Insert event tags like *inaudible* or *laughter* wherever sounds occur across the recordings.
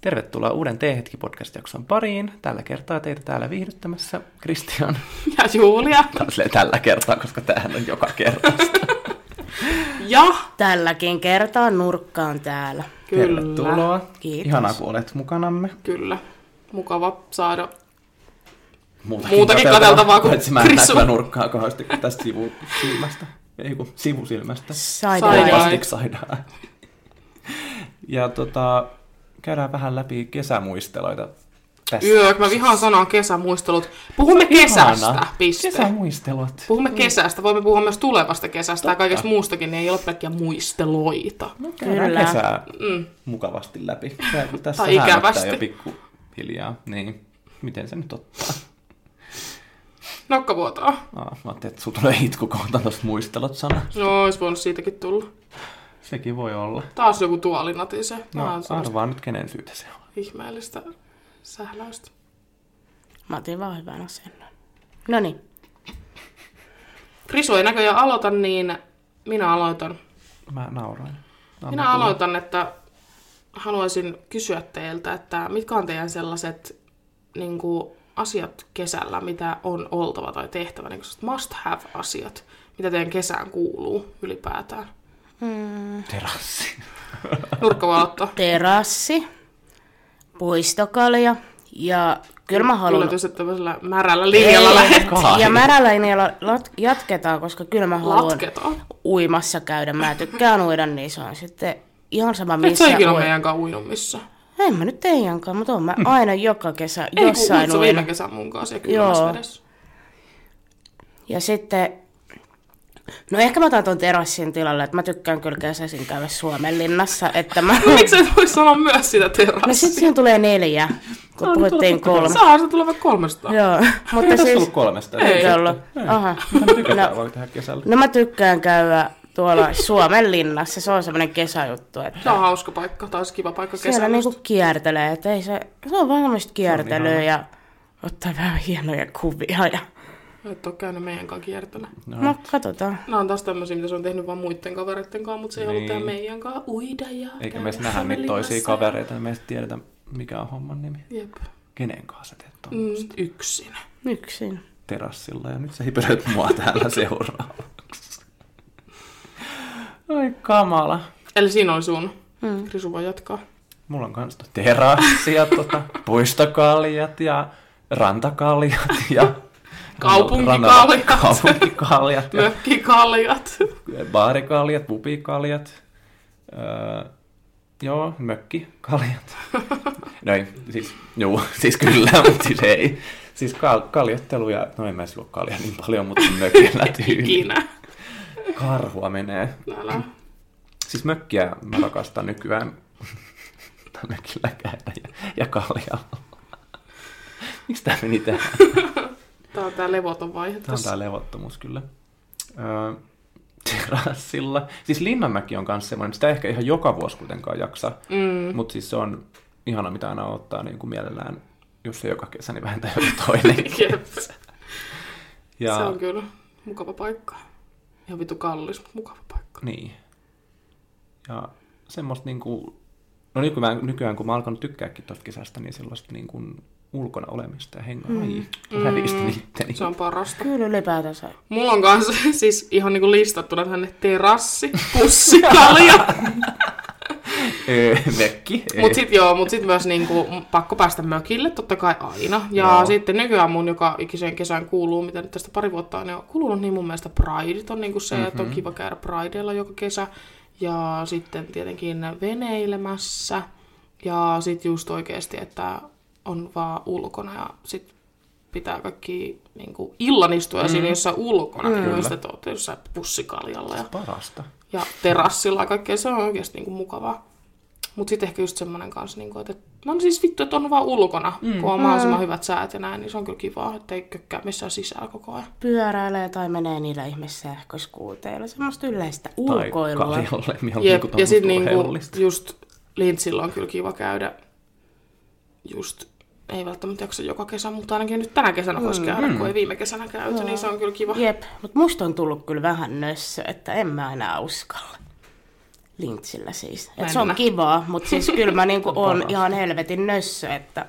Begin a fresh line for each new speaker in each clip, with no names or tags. Tervetuloa uuden T-hetki podcast-jakson pariin. Tällä kertaa teitä täällä viihdyttämässä Kristian.
Ja Julia.
Tää on silleen tällä kertaa, koska tämähän on joka kerta.
Ja
Tälläkin kertaa nurkka on täällä.
kyllä.
Tervetuloa.
Kiitos.
Ihanaa, kun olet mukanamme.
Kyllä. Mukava saada.
Muutakin,
Muutakin katseltavaa kuin
Paitsi mä en näe
Krissu.
kyllä nurkkaa kohdasti tästä sivusilmästä. Ei kun sivusilmästä.
Side-eye.
Side
Plastic side-eye. Ja tota, käydään vähän läpi kesämuisteloita tässä.
Yö, mä vihaan sanaa kesämuistelut. Puhumme kesästä,
Ihana.
piste.
Kesämuistelot.
Puhumme kesästä, voimme puhua myös tulevasta kesästä ja kaikesta muustakin, niin ei ole pelkkiä muisteloita.
No, käydään
Kyllä.
kesää mm. mukavasti läpi. Tää- kun Tässä
Tai
häämöttää
ikävästi.
jo pikkuhiljaa. Niin. Miten se nyt ottaa?
Nokkavuotoa.
Aa, mä ajattelin, että sulla tulee itkukohta tuosta muistelot sana.
No, olisi voinut siitäkin tulla.
Sekin voi olla.
Taas joku tuoli natise. Tää
No,
on semmoista
arvaa nyt kenen syytä se on.
ihmeellistä sähläystä.
Mä otin vaan hyvän asennon. No niin,
Krisu ei näköjään aloita, niin minä aloitan.
Mä nauroin. Anna
Minä
tulla.
aloitan, että haluaisin kysyä teiltä, että mitkä on teidän sellaiset niin kuin, asiat kesällä, mitä on oltava tai tehtävä, niin kuin must have asiat, mitä teidän kesään kuuluu ylipäätään.
Terassi.
Nurkka voi aloittaa.
terassi, puistokalja ja kyllä mä haluan...
Yllätys, että tämmöisellä märällä linjalla
Ei,
lähdet.
Kahvi.
Ja märällä linjalla lat- jatketaan, koska kyllä mä haluan
Latketaan.
uimassa käydä. Mä tykkään uida, niin se on sitten ihan sama
Et
missä
sä ikinä
ui.
meidän kanssa uinut missä.
En mä nyt teidänkaan, mutta oon mä aina joka kesä
Ei kun
jossain
sä viime
uinut.
kesän mun kanssa ja
Joo.
kylmässä vedessä. *laughs*
Ja sitten, no ehkä mä otan ton terassin tilalle, että mä tykkään kyllä kesäisin käydä Suomenlinnassa,
*laughs*
että mä...
Miksi sä et voi sanoa myös sitä terassia?
*laughs* No sit siihen tulee neljä, kun puhuttiin kolme.
Saa, se tulee vaikka 300.
Joo,
Ei
*laughs* mutta
tässä
siis...
ollut kolmesta.
Ei.
Ei ollut. Aha.
Mä tykätään
No.
no. vaan tehdä kesällä.
No mä tykkään käydä tuolla Suomen linnassa, se on semmoinen kesäjuttu, että
Se on hauska paikka, taas kiva paikka
siellä
kesällä.
niinku kiertelee, että ei se, se on vaan semmoista
ihana.
kiertelyä ja ottaa vähän hienoja kuvia ja...
Et ole käynyt meidän kanssa kiertona.
No katsotaan.
Nämä on taas tämmöisiä, mitä se on tehnyt vaan muiden kavereiden kanssa, mutta se ei niin. ollut
Niin.
täällä meidän kanssa uida ja...
Eikä
käydä
me edes nähdä niitä
Hämeenlinnassa
toisia
ja-
kavereita, niin me edes tiedetä, mikä on homman nimi.
Jep.
Kenen kanssa sä teet tuon
Mm, yksin.
Yksin.
terassilla ja nyt sä hipelöit mua *laughs* täällä seuraavaksi. Ai kamala.
Eli siinä oli sun. Mm. Krisu voi jatkaa.
Mulla on kans toi terassi ja tota, puistokaljat ja rantakaljat ja
Kaupunkikaljat.
kaupunkikaljat ja
Mökkikaljat.
baarikaljat, pubikaljat. Öö, joo, mökkikaljat. No ei, siis, juu, siis kyllä, *laughs* mutta siis ei. Siis kal- kaljottelu ja, no en mä silloin kalja niin paljon, mutta mökillä tyyli.
Ikinä.
Karhua menee.
Älä.
Siis mökkiä mä rakastan nykyään. Tai mökillä käydä ja, ja kaljalla. Miksi tää meni tähän?
Tää on tää levoton vaihe
Tää on
tässä.
tää levottomuus kyllä. Öö, terassilla. Siis Linnanmäki on kanssa semmoinen, sitä ei ehkä ihan joka vuosi kuitenkaan jaksa. Mm. Mutta siis se on ihana, mitä aina ottaa niin kuin mielellään, jos ei joka kesä, niin vähintään joku toinen.
Jep.
Ja,
*laughs* Se on kyllä mukava paikka. Ihan vitu kallis, mutta mukava paikka.
Niin. Ja semmoista niinku, no nykyään, nykyään kun mä oon alkanut tykkääkin tosta kesästä, niin sellaista niinku ulkona olemista ja hengaa. Mm. Ai, mm. itteni.
Se on parasta.
Kyllä ylipäätänsä.
Mulla on kanssa siis ihan niinku listattuna tänne terassi, pussikalja.
Öö, Mökki.
*laughs* Mut sit joo, mut sit myös niinku, m- pakko päästä mökille, totta kai aina. Ja
Joo.
joo. sitten nykyään mun joka ikiseen kesään kuuluu, mitä nyt tästä pari vuotta on jo kulunut, niin mun mielestä Prideit on niinku se, mm-hmm. että on kiva käydä Prideilla joka kesä. Ja sitten tietenkin veneilemässä. Ja sit just oikeesti, että on vaan ulkona ja sit pitää kaikki niinku illan istua mm. siinä jossain ulkona, mm. kun sitten olette jossain pussikaljalla. Ja
Parasta.
ja terassilla ja kaikkea, se on oikeasti niin mukavaa. Mutta sitten ehkä just semmoinen kanssa, niin kuin, että no siis vittu, että on vaan ulkona, mm. kun on mahdollisimman hyvät säät ja näin, niin se on kyllä kivaa, että ei kökkää missään sisällä koko ajan.
Pyöräilee tai menee niillä ihmissähköskuuteilla. Semmoista yleistä
Tai
ulkoilua.
kaljolle, mihin on
Jep,
niinku
ja sitten
niinku...
niinku, just Lintsillä on kyllä kiva käydä just ei välttämättä jaksa joka kesä, mutta ainakin nyt tänä kesänä voisi
Mm.
käydä, kun ei viime kesänä käyty, niin se on kyllä kiva.
Jep, mutta musta on tullut kyllä vähän nössö, että en mä enää uskalla. lintsillä siis. Et
Mennä.
se on kivaa, mutta siis kyllä
*laughs*
mä niinku
On
on
paras.
ihan helvetin nössö, että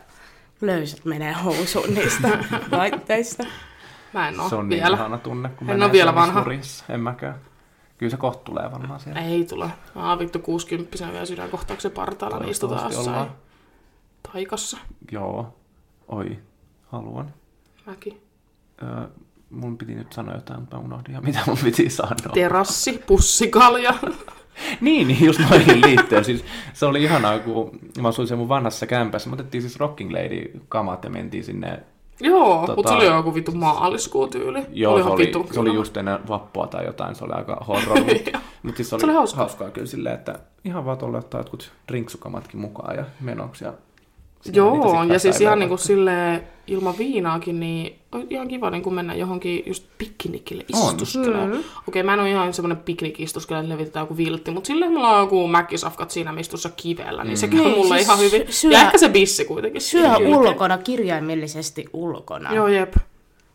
löysät menee housuun
*laughs*
niistä laitteista.
Mä en oo
se on
No, vielä.
niin ihana tunne, kun
En
menee
oo vielä
siellä
vanha.
surissa. En mäkään. Kyllä se kohta tulee varmaan siellä.
Ei tule. Mä oon vittu 60 vielä sydänkohtauksen partaalla, niin istutaan
Toivottavasti
jossain
ollaan.
taikassa.
Joo. Oi, haluan.
Mäkin.
Öö, mun piti nyt sanoa jotain, mutta mä unohdin ihan, mitä mun piti sanoa.
Terassi, pussikalja. *laughs*
Niin, niin, just noihin liittyen. Siis, se oli ihanaa, kun mä asuin siellä mun vanhassa kämpässä. Me otettiin siis Rocking Lady-kamat ja mentiin sinne.
Joo,
Tota-
tota... mutta se oli jo joku vittu maaliskuun tyyli.
Joo, se
Olihan
oli,
vitun
se oli
kylmä.
just ennen vappua tai jotain. Se oli aika horror.
*laughs*
mutta mut siis se oli,
Se oli hauskaa.
hauskaa kyllä silleen, että ihan vaan tuolle ottaa jotkut drinksukamatkin mukaan ja menoksi. Ja sinne niitä
Joo,
sit
ja siis
päivällä
ihan niinku silleen ilman viinaakin, niin on ihan kiva niinku mennä johonkin just piknikille
On.
istuskelemaan.
Mm.
Okei, mä en ole ihan semmoinen piknikistuskelija, että levitetään joku viltti, mutta silleen mulla on joku mäkkisafkat siinä, missä tuossa kivellä, niin se käy
Niin,
mulle
siis
ihan hyvin.
syö-
Ja ehkä se bissi kuitenkin.
Syö
Kyllä.
ulkona, kirjaimellisesti ulkona.
Joo, jep.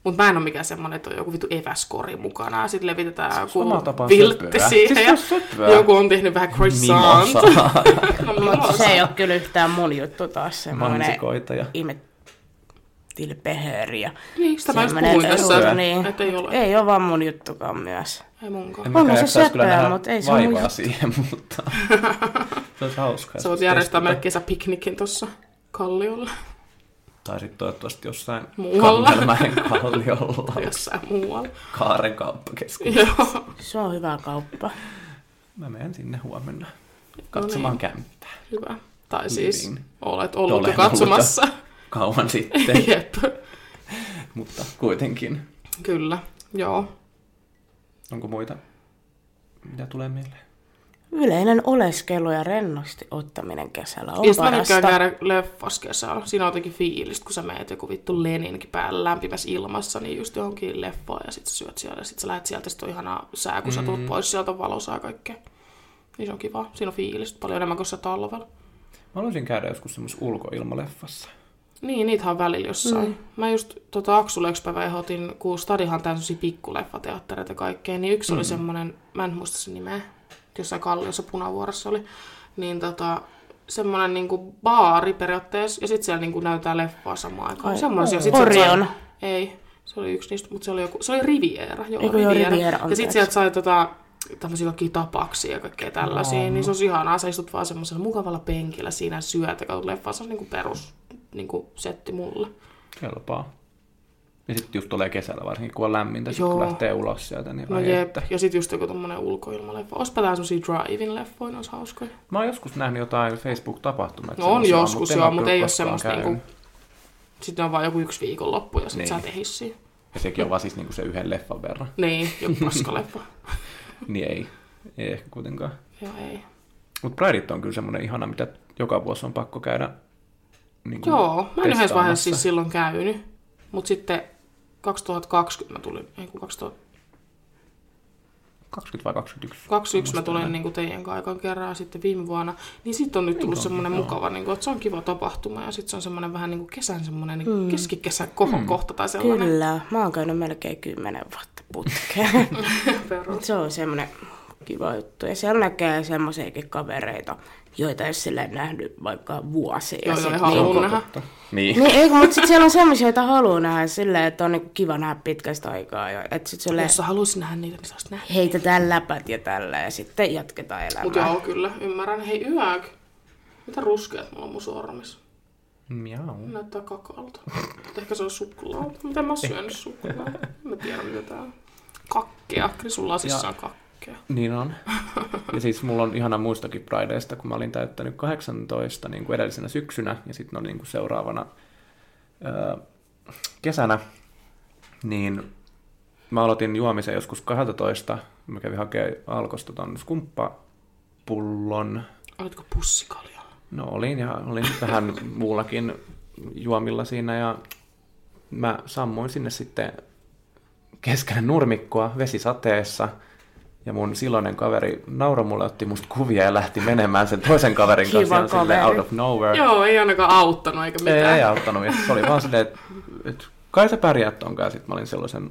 Mutta mä en ole mikään semmoinen, että on joku vitu eväskori mukana ja sitten levitetään joku
oma tapa
viltti
söpöä.
siihen.
Siis se on
ja
söpöä.
joku on tehnyt vähän croissant.
Mimosaa.
*laughs* No,
Mutta se
mimosa.
ei ole kyllä yhtään mun juttu taas semmoinen
mansikoita ja
ihme tilpehööriä.
Niin, sitä mä just
Semmoinen
puhuin tässä,
ruoka.
niin.
että ei ole.
Ei ole vaan mun juttukaan myös.
Ei munkaan.
En
On
mäkään
se
jaksaisi kyllä
söpöä,
nähdä
mut ei se ole
vaivaa
mun
siihen, mutta se olisi hauskaa.
Sä voit järjestää meille kesäpiknikin tuossa kalliolla
Tai sitten toivottavasti jossain
Muualla.
Kantelmäen
*laughs*
kalliolla,
tai jossain muualla.
Kaaren kauppakeskus.
Joo.
Se on hyvä kauppa.
Mä menen sinne huomenna
No niin.
katsomaan kämppää.
Hyvä. Tai siis
Niin.
olet ollut
Olen
jo
ollut
katsomassa. *laughs*
Kauan sitten, *laughs*
Jep.
mutta kuitenkin.
Kyllä. Joo.
Onko muita, mitä tulee mieleen?
Yleinen oleskelu ja rennosti ottaminen kesällä on
Ja sitten mä
parasta.
tykkään käydä leffas kesällä. Siinä on jotenkin fiilistä, kun sä meet joku vittu Leninkin päällä lämpimässä ilmassa, niin just johonkin leffaan ja sit sä syöt siellä ja sit sä lähet sieltä, sit on ihanaa sää, kun sä tulet pois sieltä on valosaa ja kaikkea. Niin se on kiva. Siinä on fiilistä paljon enemmän kuin se talvella.
Mä haluaisin käydä joskus semmoisessa ulkoilmaleffassa.
Niin, niitä on välillä jossain. Mm. Mä just tota Aksulle yksi päivä ehdotin, kun Stadihan tää semmosia pikkuleffateattereita ja kaikkea, niin yksi mm. oli semmonen, mä en muista sen nimeä, jossain kalliossa punavuorossa oli, niin tota, semmonen niinku baari periaatteessa, ja sit siellä niinku näytetään leffaa samaan aikaan.
Ai,
Semmoisia. Sit
Orion.
sieltä sai- Ei, se oli yksi niistä, mutta se oli joku, se oli Riviera. Joo,
Eiku, joo, Riviera,
ja
anteeksi.
sit sieltä sai tota, tämmöisiä kaikkia tapaksia ja kaikkea tällaisia, niin se on ihanaa. Sä istut vaan semmoisella mukavalla penkillä siinä syöt ja katsot leffaa. Se on niinku perus niinku setti mulle.
Kelpaa. Ja sitten just tulee kesällä varsinkin, kun on lämmintä, sit
Joo.
kun lähtee ulos sieltä, niin
No
ai
jep.
että.
Ja sit just joku tommonen ulkoilmaleffa. Ospa tää semmosia drive-in leffoja, ne olisi hauskoja.
Mä oon joskus nähnyt jotain Facebook-tapahtumia.
No on
semmosia,
joskus
en
joo,
oo
mutta
kyllä
ei ole
koskaan
semmoista
käynyt.
niinku... Sitten on vaan joku yksi viikonloppu ja sit
Niin.
sä et ehdi siihen.
Ja sekin on vaan siis niinku se yhden leffan verran.
Niin, joku
*laughs*
paskaleffa.
Niin ei, ei ehkä kuitenkaan.
joo, ei.
Mutta Prideit on kyllä semmoinen ihana, mitä joka vuosi on pakko käydä niinku
Joo, mä en yhdessä vaiheessa
testaamassa.
siis silloin käynyt, mutta sitten 2020 mä tulin, ei kun 2021
20 vai 21.
mä tulin niin kuin teidän kanssa aikaan kerran ja sitten viime vuonna, niin sitten on nyt tullut semmoinen mukava, niin kuin, että se on kiva tapahtuma ja sitten se on semmoinen vähän niin kuin kesän semmoinen mm. keskikesän kohokohta tai sellainen.
Kyllä, mä oon käynyt melkein kymmenen vuotta putkeen. *laughs*
*laughs* Perus.
Mut se on semmoinen kiva juttu. Ja siellä näkee semmoisiakin kavereita, joita ei ole silleen nähnyt vaikka vuosia.
Joo, joo,
Sit
ihan
niinku-
hullu nähdä.
Niin.
Niin, eikö, mutta sitten siellä on semmoisia, joita haluaa nähdä silleen, että on niinku kiva nähdä pitkästä aikaa. Ja, että sitten silleen
Jos sä haluaisit nähdä niitä, niin sä olisit nähdä.
heitetään läpät ja tällä ja sitten jatketaan elämää.
Mut joo, kyllä, ymmärrän. Hei, yäk. Mitä ruskeat mulla on mun sormissa?
Miau.
Näyttää kakalta. Mut Ehkä se on suklaata. Mitä mä oon syönyt suklaata? En mä tiedä, mitä tää on. Kakkea. Krisulla lasissa on kakkea.
Niin on. Ja siis mulla on ihana muistokin Prideista, kun mä olin täyttänyt 18 niin kuin edellisenä syksynä ja sitten on niin kuin seuraavana öö, kesänä, niin mä aloitin juomisen joskus 12. Mä kävin hakemaan alkosta ton skumppapullon.
Oletko pussikaljalla?
No olin ja olin *laughs* vähän muullakin juomilla siinä ja mä sammuin sinne sitten keskelle nurmikkoa vesisateessa ja mun silloinen kaveri nauroi mulle, otti musta kuvia ja lähti menemään sen toisen kaverin
Kiva
kanssa ihan silleen
kaveri.
out of nowhere.
Joo, ei ainakaan auttanut eikä
ei,
mitään.
ei auttanut. Ja se oli vaan silleen, että et, kai sä pärjäät tonkaan. Sitten mä olin sellaisen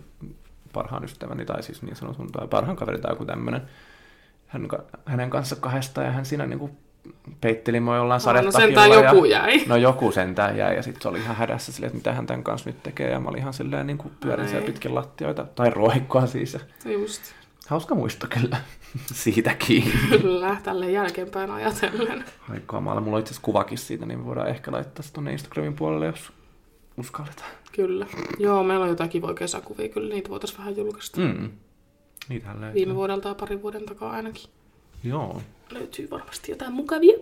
parhaan ystäväni, tai siis niin sanotun, tai parhaan kaverin tai joku tämmönen. hän, hänen kanssa kahdesta ja hän siinä niin kuin peitteli mua jollain
Aa, no
sadetahilla.
sentään joku
ja,
jäi. *laughs*
No joku sentään jäi ja sitten se oli ihan hädässä silleen, että mitä hän tämän kanssa nyt tekee. Ja mä olin ihan silleen niin kuin pyörin siellä
Ai.
pitkin lattioita, tai roikkoa siis. Ja
No just,
hauska muisto kyllä *laughs* siitäkin.
kyllä, tälleen jälkeenpäin ajatellen.
Ai kamala, mulla on itse asiassa kuvakin siitä, niin me voidaan ehkä laittaa se tuonne Instagramin puolelle, jos uskalletaan.
Kyllä. Joo, meillä on jotain kivoja kesäkuvia, kyllä niitä voitaisiin vähän julkaista. Mm.
Mm. Niitähän löytyy.
Viime vuodelta ja parin vuoden takaa ainakin.
Joo.
löytyy varmasti jotain mukavia.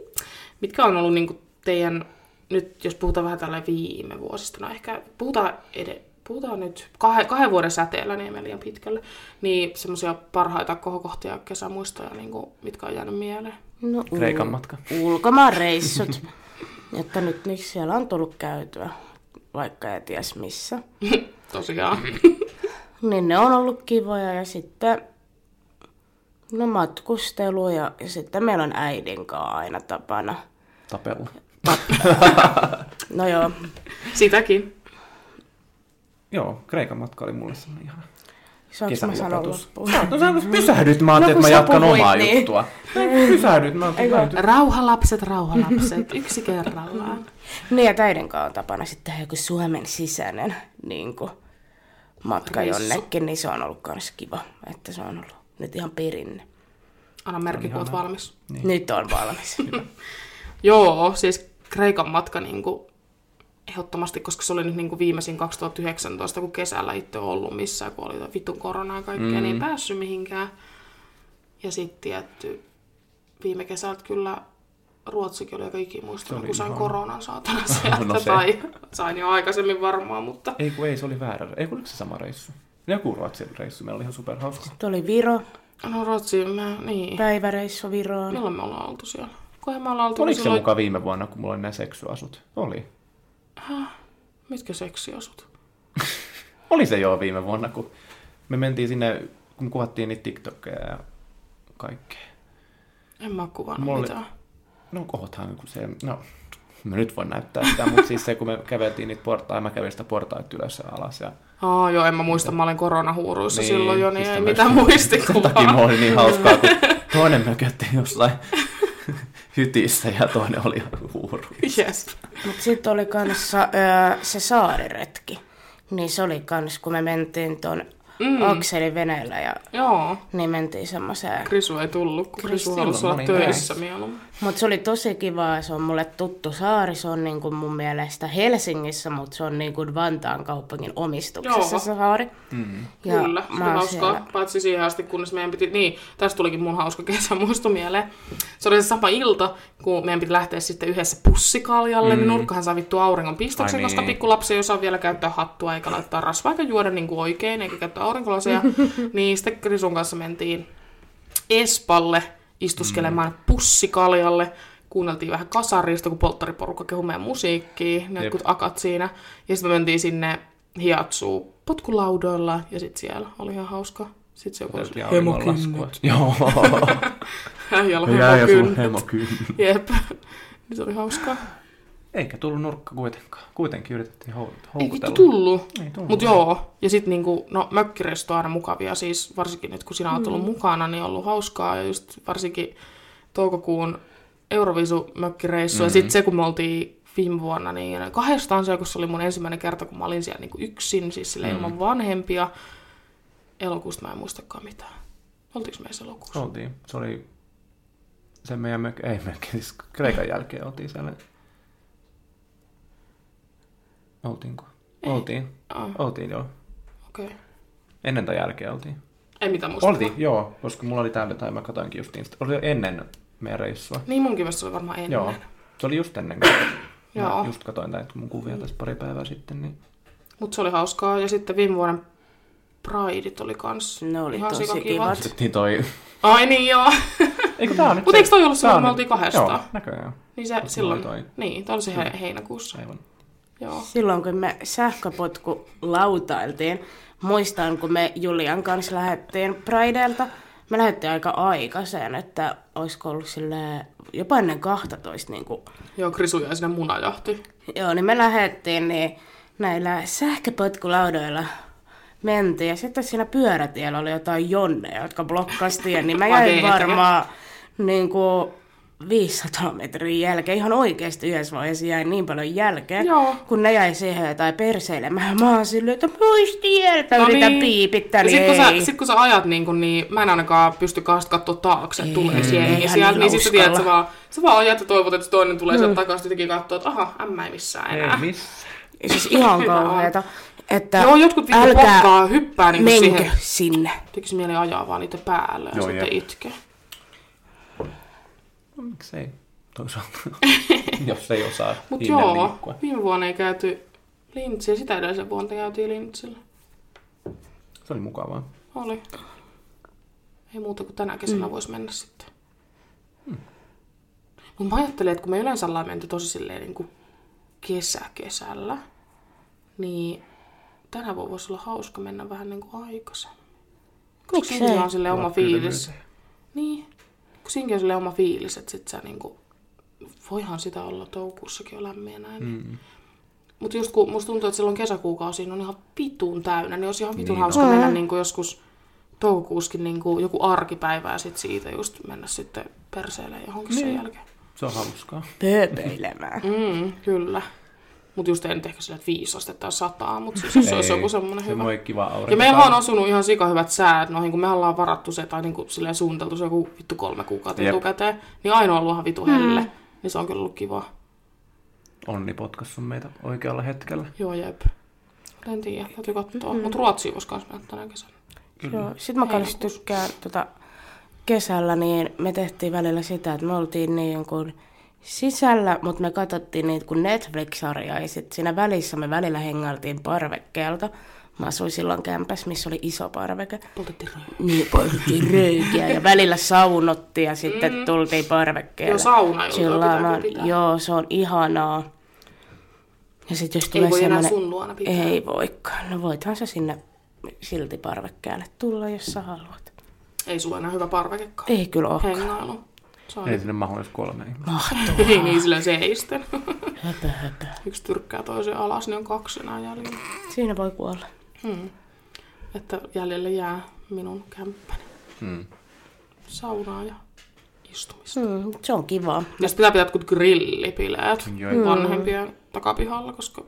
Mitkä on ollut niin teidän, nyt jos puhutaan vähän tällä viime vuosista, no ehkä puhutaan, ede, puhutaan nyt kahden, kahden vuoden säteellä, niin ei mene liian pitkälle, niin semmoisia parhaita kohokohtia ja kesämuistoja, niin kuin, mitkä on jäänyt mieleen.
No,
Kreikan matka.
Ulkomaanreissut. *laughs* että nyt niin siellä on tullut käytyä, vaikka ei ties missä.
Tosiaan.
Niin ne on ollut kivoja ja sitten no matkustelu ja, ja sitten meillä on äidin kanssa aina tapana.
Tapella.
No joo,
*laughs* Sitäkin.
Joo, Kreikan matka oli mulle semmoinen ihan...
saanko mä sanoa
Kesälopetus.
loppuun?
No sä pysähdyt, mä
No,
ajattelin,
kun
että mä
sä
jatkan
puhuit,
omaa
niin.
juttua. No Ei, Pysähdyt, mä ajattelin, mä ajattelin-
Rauha lapset, rauha lapset. Yksi kerrallaan.
Niin ja äidin kanssa on tapana sitten tehdä joku Suomen sisäinen niin kuin, matka
Reissu.
jonnekin, niin se on ollut myös kiva, että se on ollut nyt ihan perinne.
Anna merkki, kun oot valmis.
Niin. Nyt on valmis.
Joo, siis Kreikan matka niin kuin, ehdottomasti, koska se oli nyt niin kuin viimeisin 2019, kun kesällä itse on ollut missään, kun oli jotain vitun koronaa ja kaikkea, mm. niin ei päässyt mihinkään. Ja sitten tietty viime kesältä kyllä Ruotsikin oli aika ikimuistinen,
oli
kun sain
ihan-
koronan
*laughs*
saatana sieltä, no
se.
tai sain jo aikaisemmin varmaan, mutta
Ei kun ei, se oli väärä. Ei kun oliko se sama reissu? Joku Ruotsin reissu, meillä oli ihan superhauska.
Tuo oli Viro,
no Ruotsiin mä, niin.
päiväreissu Viroon.
Milloin me ollaan oltu siellä? Kohan me ollaan oltu
Oliko se
silloin,
mukaan viime vuonna, kun mulla oli nämä seksuasut? Oli.
mitkä seksiasut?
Oli se joo viime vuonna, kun me mentiin sinne, kun me kuvattiin niitä TikTokkeja ja kaikkea.
En mä oo kuvannut
Mulla oli-
mitään.
No kohotaan, kun se... No, mä nyt voin näyttää sitä, mutta siis se, kun me käveltiin niitä portaita, mä kävin sitä portaita ylös ja alas. Ja
Aa, joo, en mä muista, mä olin koronahuuruissa niin,
Niin,
silloin jo, niin
mistä
ei
mä *laughs*
mitään
just-
muistikuvaa.
sen takia mulla oli niin hauskaa, kun toinen mökötti jossain *laughs* hytissä ja toinen oli huuru.
Yes.
Mutta sitten oli kanssa öö, se saariretki. Niin se oli kans, kun me mentiin tuon mm. Akselin veneellä ja
Joo,
niin mentiin semmoiseen.
Krisu ei tullut, kun Krisu
Silloin
halusi
mä
olla
olin
töissä mieluummin.
Mutta se oli tosi kivaa, se on mulle tuttu saari, se on niinku mun mielestä Helsingissä, mutta se on niinku Vantaan kaupungin omistuksessa
Joo.
se saari. Mm.
Kyllä, se oli hauskaa, paitsi siihen asti, kunnes meidän piti, niin, tästä tulikin mun hauska kesämuisto mieleen. Se oli se sama ilta, kun meidän piti lähteä sitten yhdessä pussikaljalle, mm. niin nurkkahan saa vittu auringon pistoksen,
Ai
koska
niin.
pikkulapsi ei osaa vielä käyttää hattua, eikä laittaa rasvaa, eikä juoda niin kuin oikein, eikä käyttää aurinkolaseja. niin sitten Krisun kanssa mentiin Espalle istuskelemaan mm. pussikaljalle. Kuunneltiin vähän kasarista, kun polttariporukka kehui meidän musiikkia, ne
Jep.
jotkut akat siinä. Ja sitten me mentiin sinne hiatsuu potkulaudoilla, ja sitten siellä oli ihan hauska. Sitten se joku oli
Hemokynnyt. Joo.
*laughs* äijällä
Jäi sun
hemokynny.
hemokynnyt.
Jep. *laughs* Niin se oli hauskaa.
Eikä tullut nurkka kuitenkaan. Kuitenkin yritettiin hou-
Ei vittu
houkutella.
tullut.
Ei tullut.
Mut joo, ja sit niinku, no mökkireistot on aina mukavia, siis varsinkin nyt kun sinä oot
Mm.
ollut mukana, niin on ollut hauskaa, ja just varsinkin toukokuun Eurovisu-mökkireissu, mm-hmm. ja
Mm.
sit se kun me oltiin viime vuonna, niin kahdestaan se, kun se oli mun ensimmäinen kerta, kun mä olin siellä niinku yksin, siis sille mm-hmm. ilman
Mm.
vanhempia, elokuusta mä en muistakaan mitään. Oltiinko me edes elokuussa?
Oltiin. Se oli se meidän mökki, ei mökki, siis Kreikan jälkeen oltiin siellä. Oltiinko? Oltiin.
Ah,
Oltiin, joo.
okei. Okay.
Ennen tai jälkeen oltiin.
Ei mitään muista.
Oltiin, joo, koska mulla oli täällä tai mä katoinkin justiin sitä. Oli jo ennen meidän reissua.
Niin munkin mielestä se oli varmaan ennen.
Joo. Se oli just ennen kuin
Joo.
mä just katoin näitä mun kuvia tässä pari päivää sitten, niin
Mutta se oli hauskaa. Ja sitten viime vuoden Prideit oli kans
Ne oli
ihan
tosi
sikakivat.
kivat.
sitten toi...
Ai niin joo.
Eikö tää on nyt
Mut eikö toi ollut
tää
silloin,
on
kun me
nyt-
oltiin kahdestaan?
Joo, Mm. näköjään.
niin se silloin.
toi.
Niin, tää oli se he- heinäkuussa.
Aivan.
Joo.
Silloin kun me sähköpotku lautailtiin, muistan kun me Julian kanssa lähdettiin Prideelta, me lähdettiin aika aikaiseen, että olisiko ollut sille jopa ennen 12 niin kuin
Joo, Krisu jäi sinne munajahti.
Joo, niin me lähdettiin niin näillä sähköpotkulaudoilla mentiin. Ja sitten siinä pyörätiellä oli jotain jonneja, jotka blokkasi
*laughs*
tien, niin mä
Ai,
jäin
että-
varmaan niin kuin 500 metriä jälkeen. Ihan oikeasti yhdessä vaiheessa jäin niin paljon jälkeen,
Joo.
kun ne jäi siihen jotain perseilemään. Mä oon silleen, että pois tieltä,
No
yritän
niin.
piipittää,
Ja
niin
sit,
ei.
kun sä, sit kun sä ajat, niin, kun, niin mä en ainakaan pysty kaasta katsoa taakse, että tulee siellä.
eihän
siellä
niillä
niin sitten tiedät, sä
uskalla.
vaan, sä vaan ajat ja toivot, että se toinen tulee mm. sieltä takaisin jotenkin katsoa, että aha, ämmä ei missään enää.
Ei missä.
Siis ihan
Hyvä on.
kauheeta. Että
Joo, jotkut vittu
älkää
pokkaa, hyppää niinku
menkö
siihen.
sinne.
Tekisi mieli ajaa vaan niitä päälle ja
Joo,
sitten
jep.
itke.
No, miksei
*laughs*
toisaalta, jos ei osaa
Mut
sinne
joo,
liikkua.
viime vuonna ei käyty lintsiä, sitä edellisen vuonna käytiin lintsillä.
Se oli mukavaa.
Oli. Ei muuta kuin tänä kesänä mm. voisi mennä sitten. Mm. Mä ajattelen, että kun me yleensä ollaan menty tosi silleen niin kuin kesä kesällä, niin tänä vuonna voisi olla hauska mennä vähän niin kuin aikaisemmin. Kun
Miksei?
siinä on silleen oma
Olla kylmyyteen.
fiilis. Niin. Kun siinäkin on silleen oma fiilis, että sit sä niin kuin, voihan sitä olla toukokuussakin jo lämmin ja näin. Mm. Mutta just kun musta tuntuu, että silloin kesäkuukausi on ihan vitun täynnä, niin olisi ihan vitun
Niin
niin hauska mennä niin kuin joskus toukokuuskin niin kuin joku arkipäivä ja sit siitä just mennä sitten perseilemään johonkin sen jälkeen.
Se on hauskaa.
Pööpeilemään.
Mm, kyllä. Mutta just ei nyt ehkä sillä, että viisi astetta ja sataa, mutta siis *laughs* jos se olisi
Ei,
joku semmoinen hyvä.
Semmoinen kiva aurinko.
Ja meillä on osunut ihan sika hyvät säät noihin, kun me ollaan varattu se tai niin kuin silleen suunniteltu se joku vittu kolme kuukautta
Jep.
etukäteen, niin ainoa on ollut ihan
Mm.
vitu helle. Niin se on kyllä ollut kivaa.
Onni potkassut meitä oikealla hetkellä.
Joo, jep. En tiedä, täytyy katsoa.
Mm.
Mutta Ruotsiin voisi myös mennä tänä kesänä.
Joo. Sitten mä kans tykkään tota, kesällä, niin me tehtiin välillä sitä, että me oltiin niin kuin sisällä, mutta me katsottiin niitä kuin Netflix-sarjaa ja sitten siinä välissä me välillä hengailtiin parvekkeelta. Mä asuin silloin kämpässä, missä oli iso parveke.
Poltettiin rööjä.
Niin
*laughs*
poltettiin röökiä ja välillä saunottiin ja sitten mm. tultiin parvekkeelle.
Mm-hmm. Joo, sauna iltaa
Chillaamaan.
pitää pitää.
Joo, se on ihanaa. Ja sitten jos tulee
Ei voi enää
semmoinen...
sun luona pitää.
Ei voikaan. No voithan sä sinne silti parvekkeelle tulla, jos sä haluat.
Ei sulla enää hyvä parvekekaan.
Ei kyllä ole.
Hengailu. Se on *laughs*
Ei sinne mahdu edes kolme ihmistä.
Ei niin silleen seisten. *laughs*
Höpö, höpö.
Yksi tyrkkää toisen alas, niin on kaksi enää jäljellä.
Siinä voi kuolla.
Että jäljelle jää minun kämppäni.
Mm.
Saunaa ja istumista.
Mm, se on kivaa.
Ja sitten pitää pitää jotkut grillipileet
Joo, ei-
vanhempien takapihalla, koska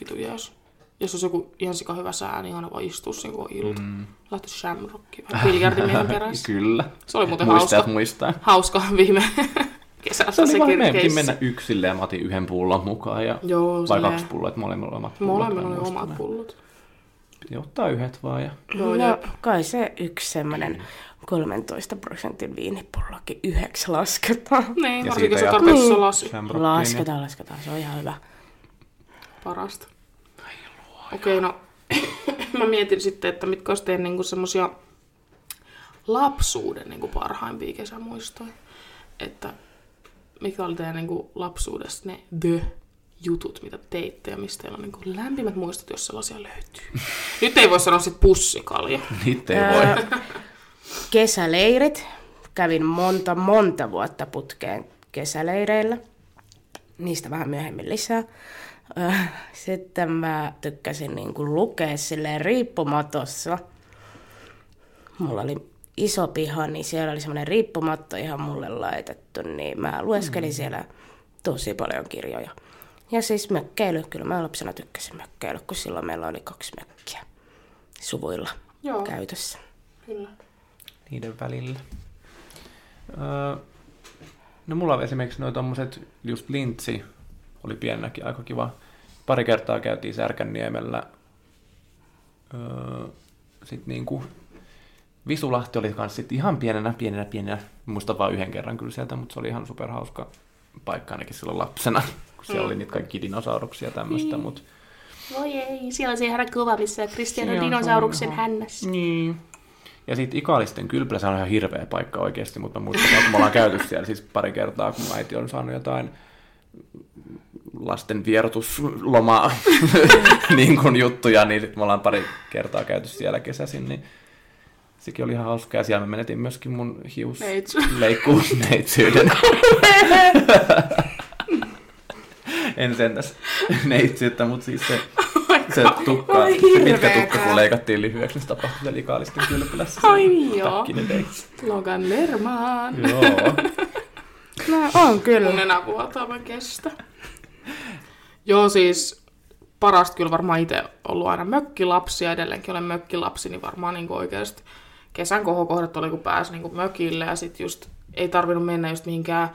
vitu jäs. Jos olisi joku ihan sika hyvä sää, niin aina vaan istua siinä, kun on ilta. Mm. Lähti shamrockiin vähän biljardimiehen perässä.
Kyllä.
Se oli muuten
Muistajat
hauska.
muistaa.
Hauska viime *laughs* kesässä
Se oli vaan
sekin
meidänkin
keissi.
mennä yksille ja mä otin yhden pullon mukaan. Ja...
Joo,
Vai
silleen.
kaksi pulloa, että molemmilla oli omat pullot.
Molemmilla
mä
oli
muistan.
omat pullot.
Piti ottaa yhdet vaan ja
Joo,
No,
jep.
kai se yksi semmoinen 13 prosentin viinipullokin yhdeksi lasketaan.
Niin,
Ja
varsinkin
siitä
jos on
jatkaa.
tarpeeksi se lasi.
Shamrockiin. ja-
Lasketaan, lasketaan. Se on ihan hyvä.
Parasta. Okei, no *coughs* mä mietin sitten, että mitkä olisi teidän niinku semmosia lapsuuden niinku parhaimpia kesämuistoja. Että mikä oli teidän niinku lapsuudesta ne the jutut, mitä teitte ja mistä teillä on niinku lämpimät muistot, jos sellaisia *laughs* löytyy. Nyt ei voi sanoa sit pussikalja.
Niitä ei voi.
kesäleirit. Kävin monta, monta vuotta putkeen kesäleireillä. Niistä vähän myöhemmin lisää. Ö, Sitten mä tykkäsin niin kuin lukea silleen riippumatossa. Mulla oli iso piha, niin siellä oli semmoinen riippumatto ihan mulle laitettu, niin mä lueskelin siellä tosi paljon kirjoja. Ja siis mökkeily, kyllä mä lapsena tykkäsin mökkeillä, kun silloin meillä oli kaksi mökkiä suvuilla
Joo.
käytössä.
Kyllä.
niiden välillä. Öö, no mulla on esimerkiksi noi tommoset, just lintsi oli pienenäkin aika kiva. Pari kertaa käytiin Särkänniemellä. Öö, sit niinku, Visulahti oli kans sit ihan pienenä, pienenä, pienenä. Muistan vaan yhden kerran kyllä sieltä, mutta se oli ihan superhauska paikka ainakin silloin lapsena, kun siellä oli niitä kaikki dinosauruksia ja tämmöistä, mutta
Voi ei, siellä on se ihana kuva, missä Kristian
Se
on
on
dinosauruksen
vanha.
hännässä.
Niin. Ja sitten Ikaalisten kylpylä, se on ihan hirveä paikka oikeasti, mutta mä muistan, että me ollaan käyty siellä siis pari kertaa, kun äiti on saanut jotain lasten vierotuslomaa *laughs* niin kun juttuja, niin sit me ollaan pari kertaa käyty siellä kesäisin, niin sekin oli ihan hauska. Ja siellä me menetin myöskin mun hius
Neitsy.
*laughs*
leikkuusneitsyyden. en sen tässä neitsyyttä, mutta siis se
*laughs* Ai
se tukka,
Oi,
se pitkä
hirveetä.
tukka, kun leikattiin lyhyeksi, niin se tapahtui siellä likaalisten kylpylässä. niinku
Ai joo.
Takkinen ei.
Logan Lermaan.
niin Joo.
No on
Mun
kyllä.
nenä vuotaa, mä en kestä. Joo, siis parasta kyllä varmaan itse ollut aina mökkilapsi ja edelleenkin olen mökkilapsi, niin varmaan niin oikeasti kesän kohokohdat oli, kun pääsi niin mökille ja sitten just ei tarvinnut mennä just mihinkään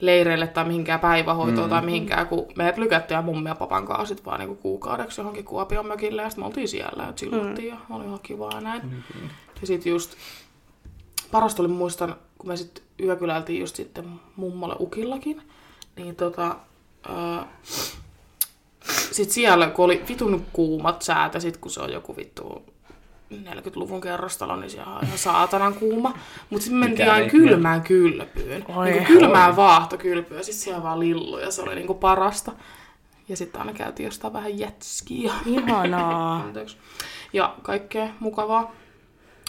leireille tai mihinkään päivähoitoon mm. tai mihinkään, kun meidät lykättiin mummi ja papan kanssa sit vaan niinku kuukaudeksi johonkin Kuopion mökille ja sitten me oltiin siellä ja chillattiin mm. ja oli ihan kivaa ja näin. Mm-hmm. Ja sitten just parasta oli muistan, kun me sitten yökyläiltiin just sitten mummolle ukillakin, niin tota, ää, sit siellä, kun oli vitun kuumat säät, ja sit kun se on joku vittu 40-luvun kerrostalo, niin siellä on ihan saatanan kuuma. Mutta sitten mentiin
Mikä
aina
ihme.
kylmään kylpyyn.
Oi.
Niinku kylmään vaahtokylpyyn, ja sitten siellä vaan lillu, ja se oli niinku parasta. Ja sitten aina käytiin jostain vähän jätskiä.
Ihanaa.
Anteeksi. Ja kaikkea mukavaa.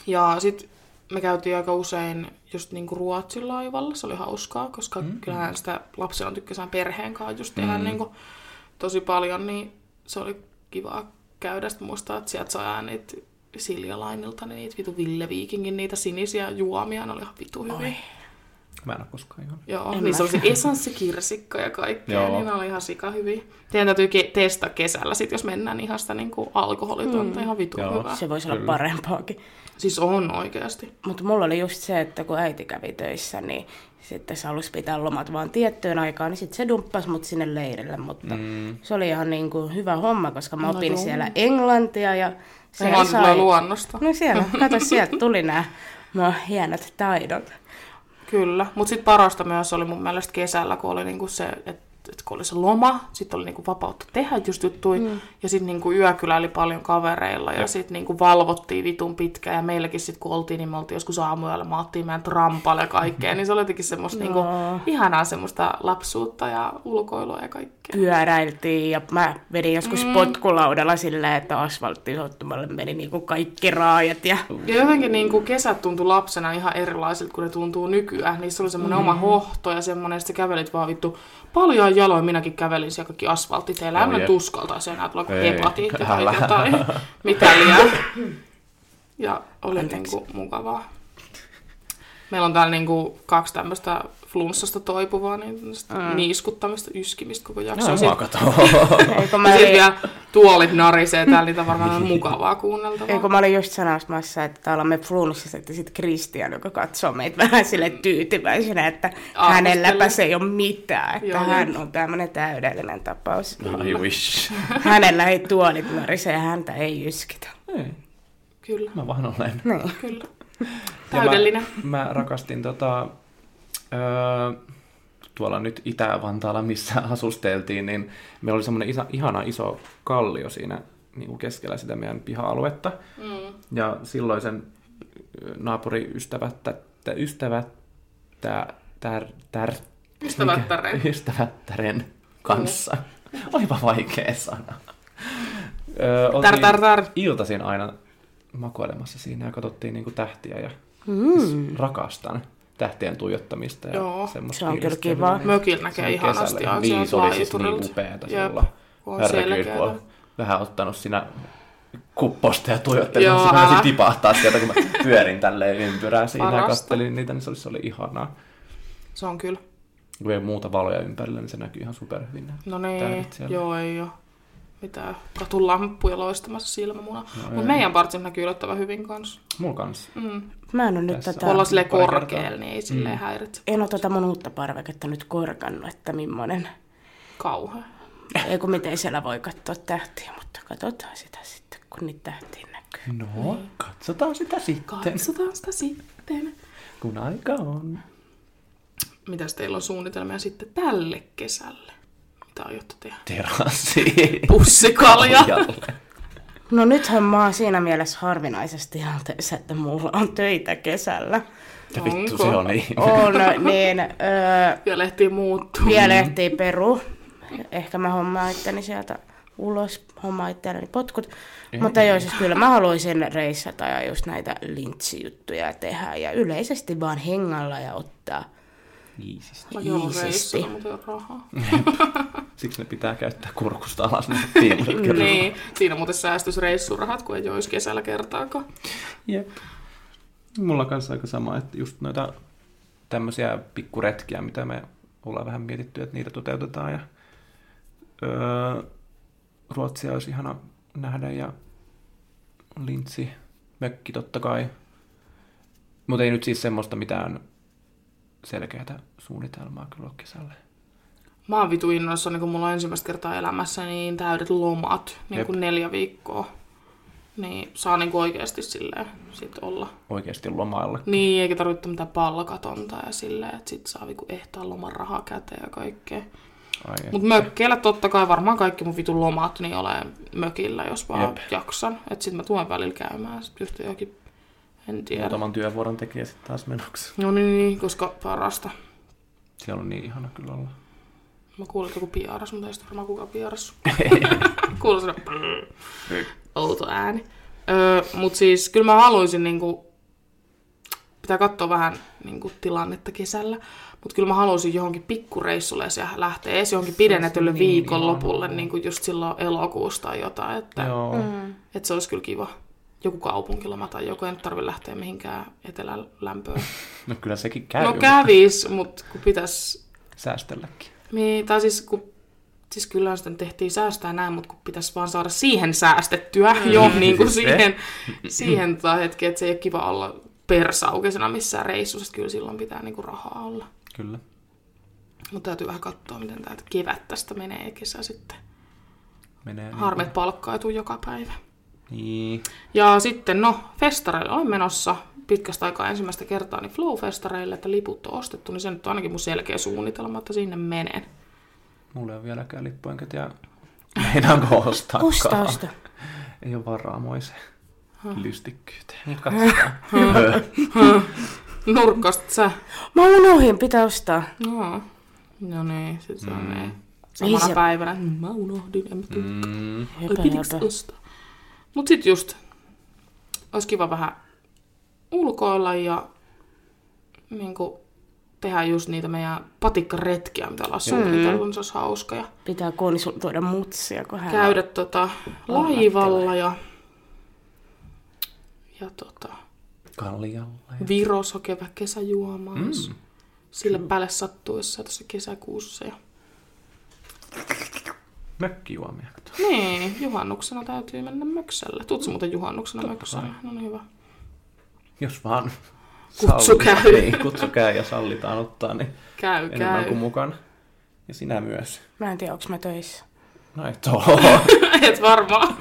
Ja sitten me käytiin aika usein just niinku Ruotsin laivalla, se oli hauskaa, koska mm-hmm. kyllähän sitä lapsena tykkäsään perheen kanssa just tehdä mm-hmm. niinku tosi paljon, niin se oli kivaa käydä. Sitten muistaa, että sieltä sai aina niitä Siljalainilta, niin niitä vitu Ville Viikingin niitä sinisiä juomia, ne oli ihan vitu hyviä.
Mä en ole koskaan ihan.
Joo,
En
niin se
mä.
oli se esanssikirsikka ja kaikkea,
Joo.
Joo. niin ne oli ihan sika hyviä. Teidän täytyy ke- testata kesällä, sit, jos mennään niin ihan sitä niin kuin alkoholitonta, mm. ihan vitu
Joo.
hyvää.
Se voisi olla
Kyllä.
parempaakin.
Siis on oikeasti.
Mutta mulla oli just se, että kun äiti kävi töissä, niin sitten se halusi pitää lomat vaan tiettyyn aikaan, niin sitten se dumppasi mut sinne leirille. Mutta mm. se oli ihan niin kuin hyvä homma, koska mä
No
opin
joo.
siellä englantia ja
Se
se
vaan tulee
sai...
luonnosta.
No siellä, kato sieltä tuli nämä no, hienot taidot.
Kyllä, mutta sitten parasta myös oli mun mielestä kesällä, kun oli niinku se, että et kun oli se loma, sitten oli niinku vapautta tehdä just juttuja, mm. ja sitten niinku yökylä oli paljon kavereilla, ja sitten niinku valvottiin vitun pitkään, ja meilläkin sitten kun oltiin, niin me oltiin joskus aamuyöllä, mä ottiin meidän trampalle ja kaikkea, niin se oli jotenkin semmoista niinku, ihanaa semmoista lapsuutta ja ulkoilua ja kaikkea.
pyöräiltiin ja mä vedin joskus mm. potkulaudalla silleen, että asfalttisoittumalle meni niinku kaikki raajat ja
Ja jotenkin niin kuin kesät tuntui lapsena ihan erilaisilta kuin ne tuntuu nykyään. Niissä oli semmoinen mm. oma hohto ja semmoinen, että sä kävelit vaan vittu paljon jaloin. Minäkin kävelin siellä kaikki asfalttiteillä. En
Joo,
mä
jep.
tuskaltaisi enää tulla kuin
Ei,
hepatit tai
älä.
jotain. Mitä liian. Ja oli niin kuin mukavaa. Meillä on täällä niin kuin kaksi tämmöistä flunssasta toipuvaa niin mm. niiskuttamista, yskimistä koko jakso.
No,
Sit-
mä katon. *laughs*
eikö mä,
ja sitten
olin,
vielä tuolit narisee täällä, niitä on varmaan on mukavaa kuunneltavaa.
eikö mä olin just sanomassa, että täällä me Brunssissa, että sitten Christian, joka katsoo meitä vähän sille tyytyväisenä, että
Arvostelee.
hänelläpä se ei ole mitään, että
Joo.
hän on tämmöinen täydellinen tapaus.
I wish.
Hänellä ei tuolit narise ja häntä ei yskitä.
Ei,
Kyllä,
mä vaan olen.
Niin.
kyllä.
Ja
Täydellinen.
Mä, mä rakastin tota, öö, tuolla nyt Itä-Vantaalla, missä *laughs* asusteltiin, niin meillä oli semmoinen isa, ihana iso kallio siinä niin kuin keskellä sitä meidän piha-aluetta. Mm. Ja silloin sen naapuriystävättä, tä- ystävättä, tär, tär,
Ystävättären. Niin.
mikä? *laughs* ystävättären kanssa. Olipa vaikea sana.
*laughs*
Öö, oltiin
Tär, tär, tär.
Iltaisin aina makoilemassa siinä ja katsottiin niin tähtiä ja mm. rakastan tähtien tuijottamista ja
Joo.
semmoista
Se on kyllä
fiilistä.
kivaa.
Se
Mökillä
oli
näkee
kesällä.
ihanasti
Niin, se oli siis niin
laiturilta.
upeata
Jep,
sulla.
kun on
Herrakyy,
selkeätä.
kun on vähän ottanut sinä kupposta ja tuijottelin,
Joo,
se vähän
älä.
tipahtaa sieltä, kun mä pyörin tälleen ympyrää siinä ja
Parasta.
kattelin niitä, niin se oli, se oli ihanaa.
Se on kyllä.
Kun ei ole muuta valoja ympärillä, niin se näkyy ihan superhyvin. nämä
No niin,
tähdet siellä.
joo ei ole mitään katulamppuja loistamassa silmämuna. No, Mutta meidän partsin näkyy yllättävän hyvin Mm. kanssa.
Mulla kanssa.
Mä en ole nyt
Tässä
tätä...
Kun ollaan silleen
pari kertaa.
korkealla, niin ei silleen mm. häiritse.
En ole tota mun uutta parveketta nyt korkannut, että millainen
Kauhea.
Ei kun miten siellä voi katsoa tähtiä, mutta katsotaan sitä sitten, kun niitä tähtiä näkyy.
No, katsotaan sitä sitten,
Katsotaan sitä sitten.
kun aika on.
Mitäs teillä on suunnitelmia sitten tälle kesälle? Mitä aiotte tehdä?
Terassi.
Pussikalja.
No nythän mä oon siinä mielessä harvinaisessa tilanteessa, että mulla on töitä kesällä.
Ja vittu,
Onko?
se on niin.
On, niin öö,
Ja lehti muuttuu.
vielä ehtii peru. Ehkä mä hommaan itteni sieltä ulos, hommaan itteni potkut. Mutta joo, siis kyllä mä haluaisin reissata ja just näitä lintsijuttuja tehdä ja yleisesti vaan hengalla ja ottaa
Iisistä.
Mäkin olen
Iisisti.
reissalla, mutta ei ole rahaa.
Siksi ne pitää käyttää kurkusta alas ne piilokerrat.
niin, siinä muuten säästyisi reissurahat, kun ei olisi kesällä kertaakaan.
Jep. Mulla on kanssa aika sama, että just noita tämmöisiä pikkuretkiä, mitä me ollaan vähän mietitty, että niitä toteutetaan. Ja, öö, Ruotsia olisi ihana nähdä ja lintsi, mökki totta kai. Mutta ei nyt siis semmoista mitään selkeää suunnitelmaa kyllä ole kesälle.
Mä oon vitu innoissa, niin kun mulla on ensimmäistä kertaa elämässä niin täydet lomat, niin
Jep.
kuin neljä viikkoa. Niin saa niin kuin oikeasti silleen sit olla.
Oikeasti lomailla.
Niin, eikä tarvitse mitään palkatonta ja silleen, että sit saa niinku ehtaa loman rahaa käteen ja kaikkea.
Ai, et.
Mut mökkeillä totta kai varmaan kaikki mun vitun lomat, niin olen mökillä, jos vaan
Jep.
Jep. jaksan. Et sit mä tuon välillä käymään sit just johonkin, en tiedä.
Muutaman työvuoron tekee sitten taas menoksi.
No niin, niin, koska parasta.
Siellä on niin ihana kyllä olla.
Mä kuulin, että joku piaras, mutta ei sitä varmaan kukaan
*laughs*
piaras. Kuuluu sellainen prrr, outo ääni. Öö, mut siis kyllä mä haluaisin niinku, pitää katsoa vähän niinku tilannetta kesällä, mut kyllä mä haluaisin johonkin pikkureissulle ja siellä lähteä edes johonkin pidennetylle
niin
viikonlopulle niinku just silloin elokuussa tai jotain, että
Joo. Mm.
et se olisi kyllä kiva. Joku kaupunkiloma tai joku, ei nyt tarvi lähteä mihinkään etelälämpöön.
No kyllä sekin käy.
No
mutta
kävis, mut kun pitäisi
Säästelläkin.
niin, tai siis, kun, siis kyllä sitä nyt tehtiin säästää näin, mutta kun pitäisi vaan saada siihen säästettyä mm. jo, niin kuin
Se.
siihen, siihen tota hetkeen, että se ei ole kiva olla persaukisena missään reissussa, että kyllä silloin pitää niinku rahaa olla.
Kyllä.
Mutta täytyy vähän katsoa, miten täältä kevät tästä menee ja kesä sitten.
Menee
Harmi, että palkkaa ei tule joka päivä.
Niin.
Ja sitten, no, festareille olen menossa pitkästä aikaa ensimmäistä kertaa, niin Flow-festareille, että liput on ostettu, niin se nyt on ainakin mun selkeä suunnitelma, että sinne menen.
Mulla ei ole vieläkään lippuja, enkä tiedä meinaanko ostaa.
Osta, osta.
Ei ole varaa moiseen lystikkyyteen. Nyt katsotaan.
Nurkkasta sä.
Mä unohdin, pitää ostaa.
No, no niin, sit se on mm.
Ei
samana
se-
päivänä. Mm, Mä unohdin, en mä tiedä. Mm.
mm,
Höpö, höpö.
ostaa? Mut sit just, ois kiva vähän ulkoilla ja niinku tehdä just niitä meidän patikkaretkiä, mitä ollaan suunniteltu, niin se olisi hauska. Ja
Pitää konsultoida mutsia, kun hän
käydä tota laivalla ja, ja tota,
kaljalle.
Virossa kevä kesäjuomaan, mm. sille päälle sattuessa tässä kesäkuussa. Ja
Mökkijuomia. kato.
Niin, juhannuksena täytyy mennä mökselle. Tuutko muuten juhannuksena mökselle? No niin hyvä.
Jos vaan
Kutsu
sallitaan.
käy.
*laughs* Niin, kutsu käy ja sallitaan ottaa, niin
Käy,
enemmän
käy.
kuin mukana. Ja sinä myös.
Mä en tiedä, onko mä töissä.
No et
*laughs*
oo.
*laughs* Et varmaan,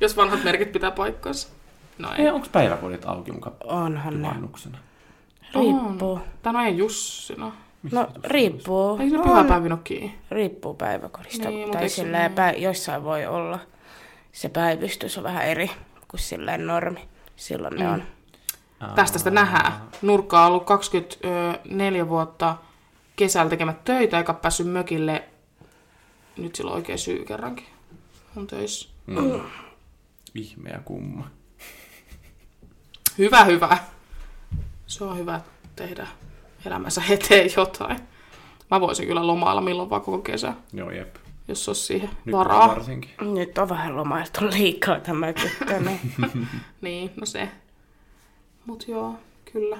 jos vanhat merkit pitää paikkansa. No ei.
Ei, onko päiväkodit auki mukaan
Onhan ne.
juhannuksena?
Riippuu.
Tämä on Jusssina.
No, riippuu.
Eikö ne
No,
pyhäpäivinä ole kiinni?
riippuu päiväkodista.
Niin,
Niin,
mut
tai
eikö se
silleen
niin?
pä- jossain voi olla se päivystys on vähän eri kuin silleen normi. Silloin ne on.
Tästä sitä nähdään. Nurkka on ollut 24 vuotta kesällä tekemät töitä, eikä päässyt mökille. Nyt sillä on oikea syy kerrankin. On töissä.
Ihmeä no. kumma.
Hyvä, hyvä. Se on hyvä tehdä elämänsä eteen jotain. Mä voisin kyllä lomailla milloin vaan koko kesä,
Joo, jep.
jos olisi siihen
Nyt
varaa.
varsinkin.
Nyt on vähän lomailtu liikaa tämä tyttö. Niin.
Niin, no se. Mut joo, kyllä.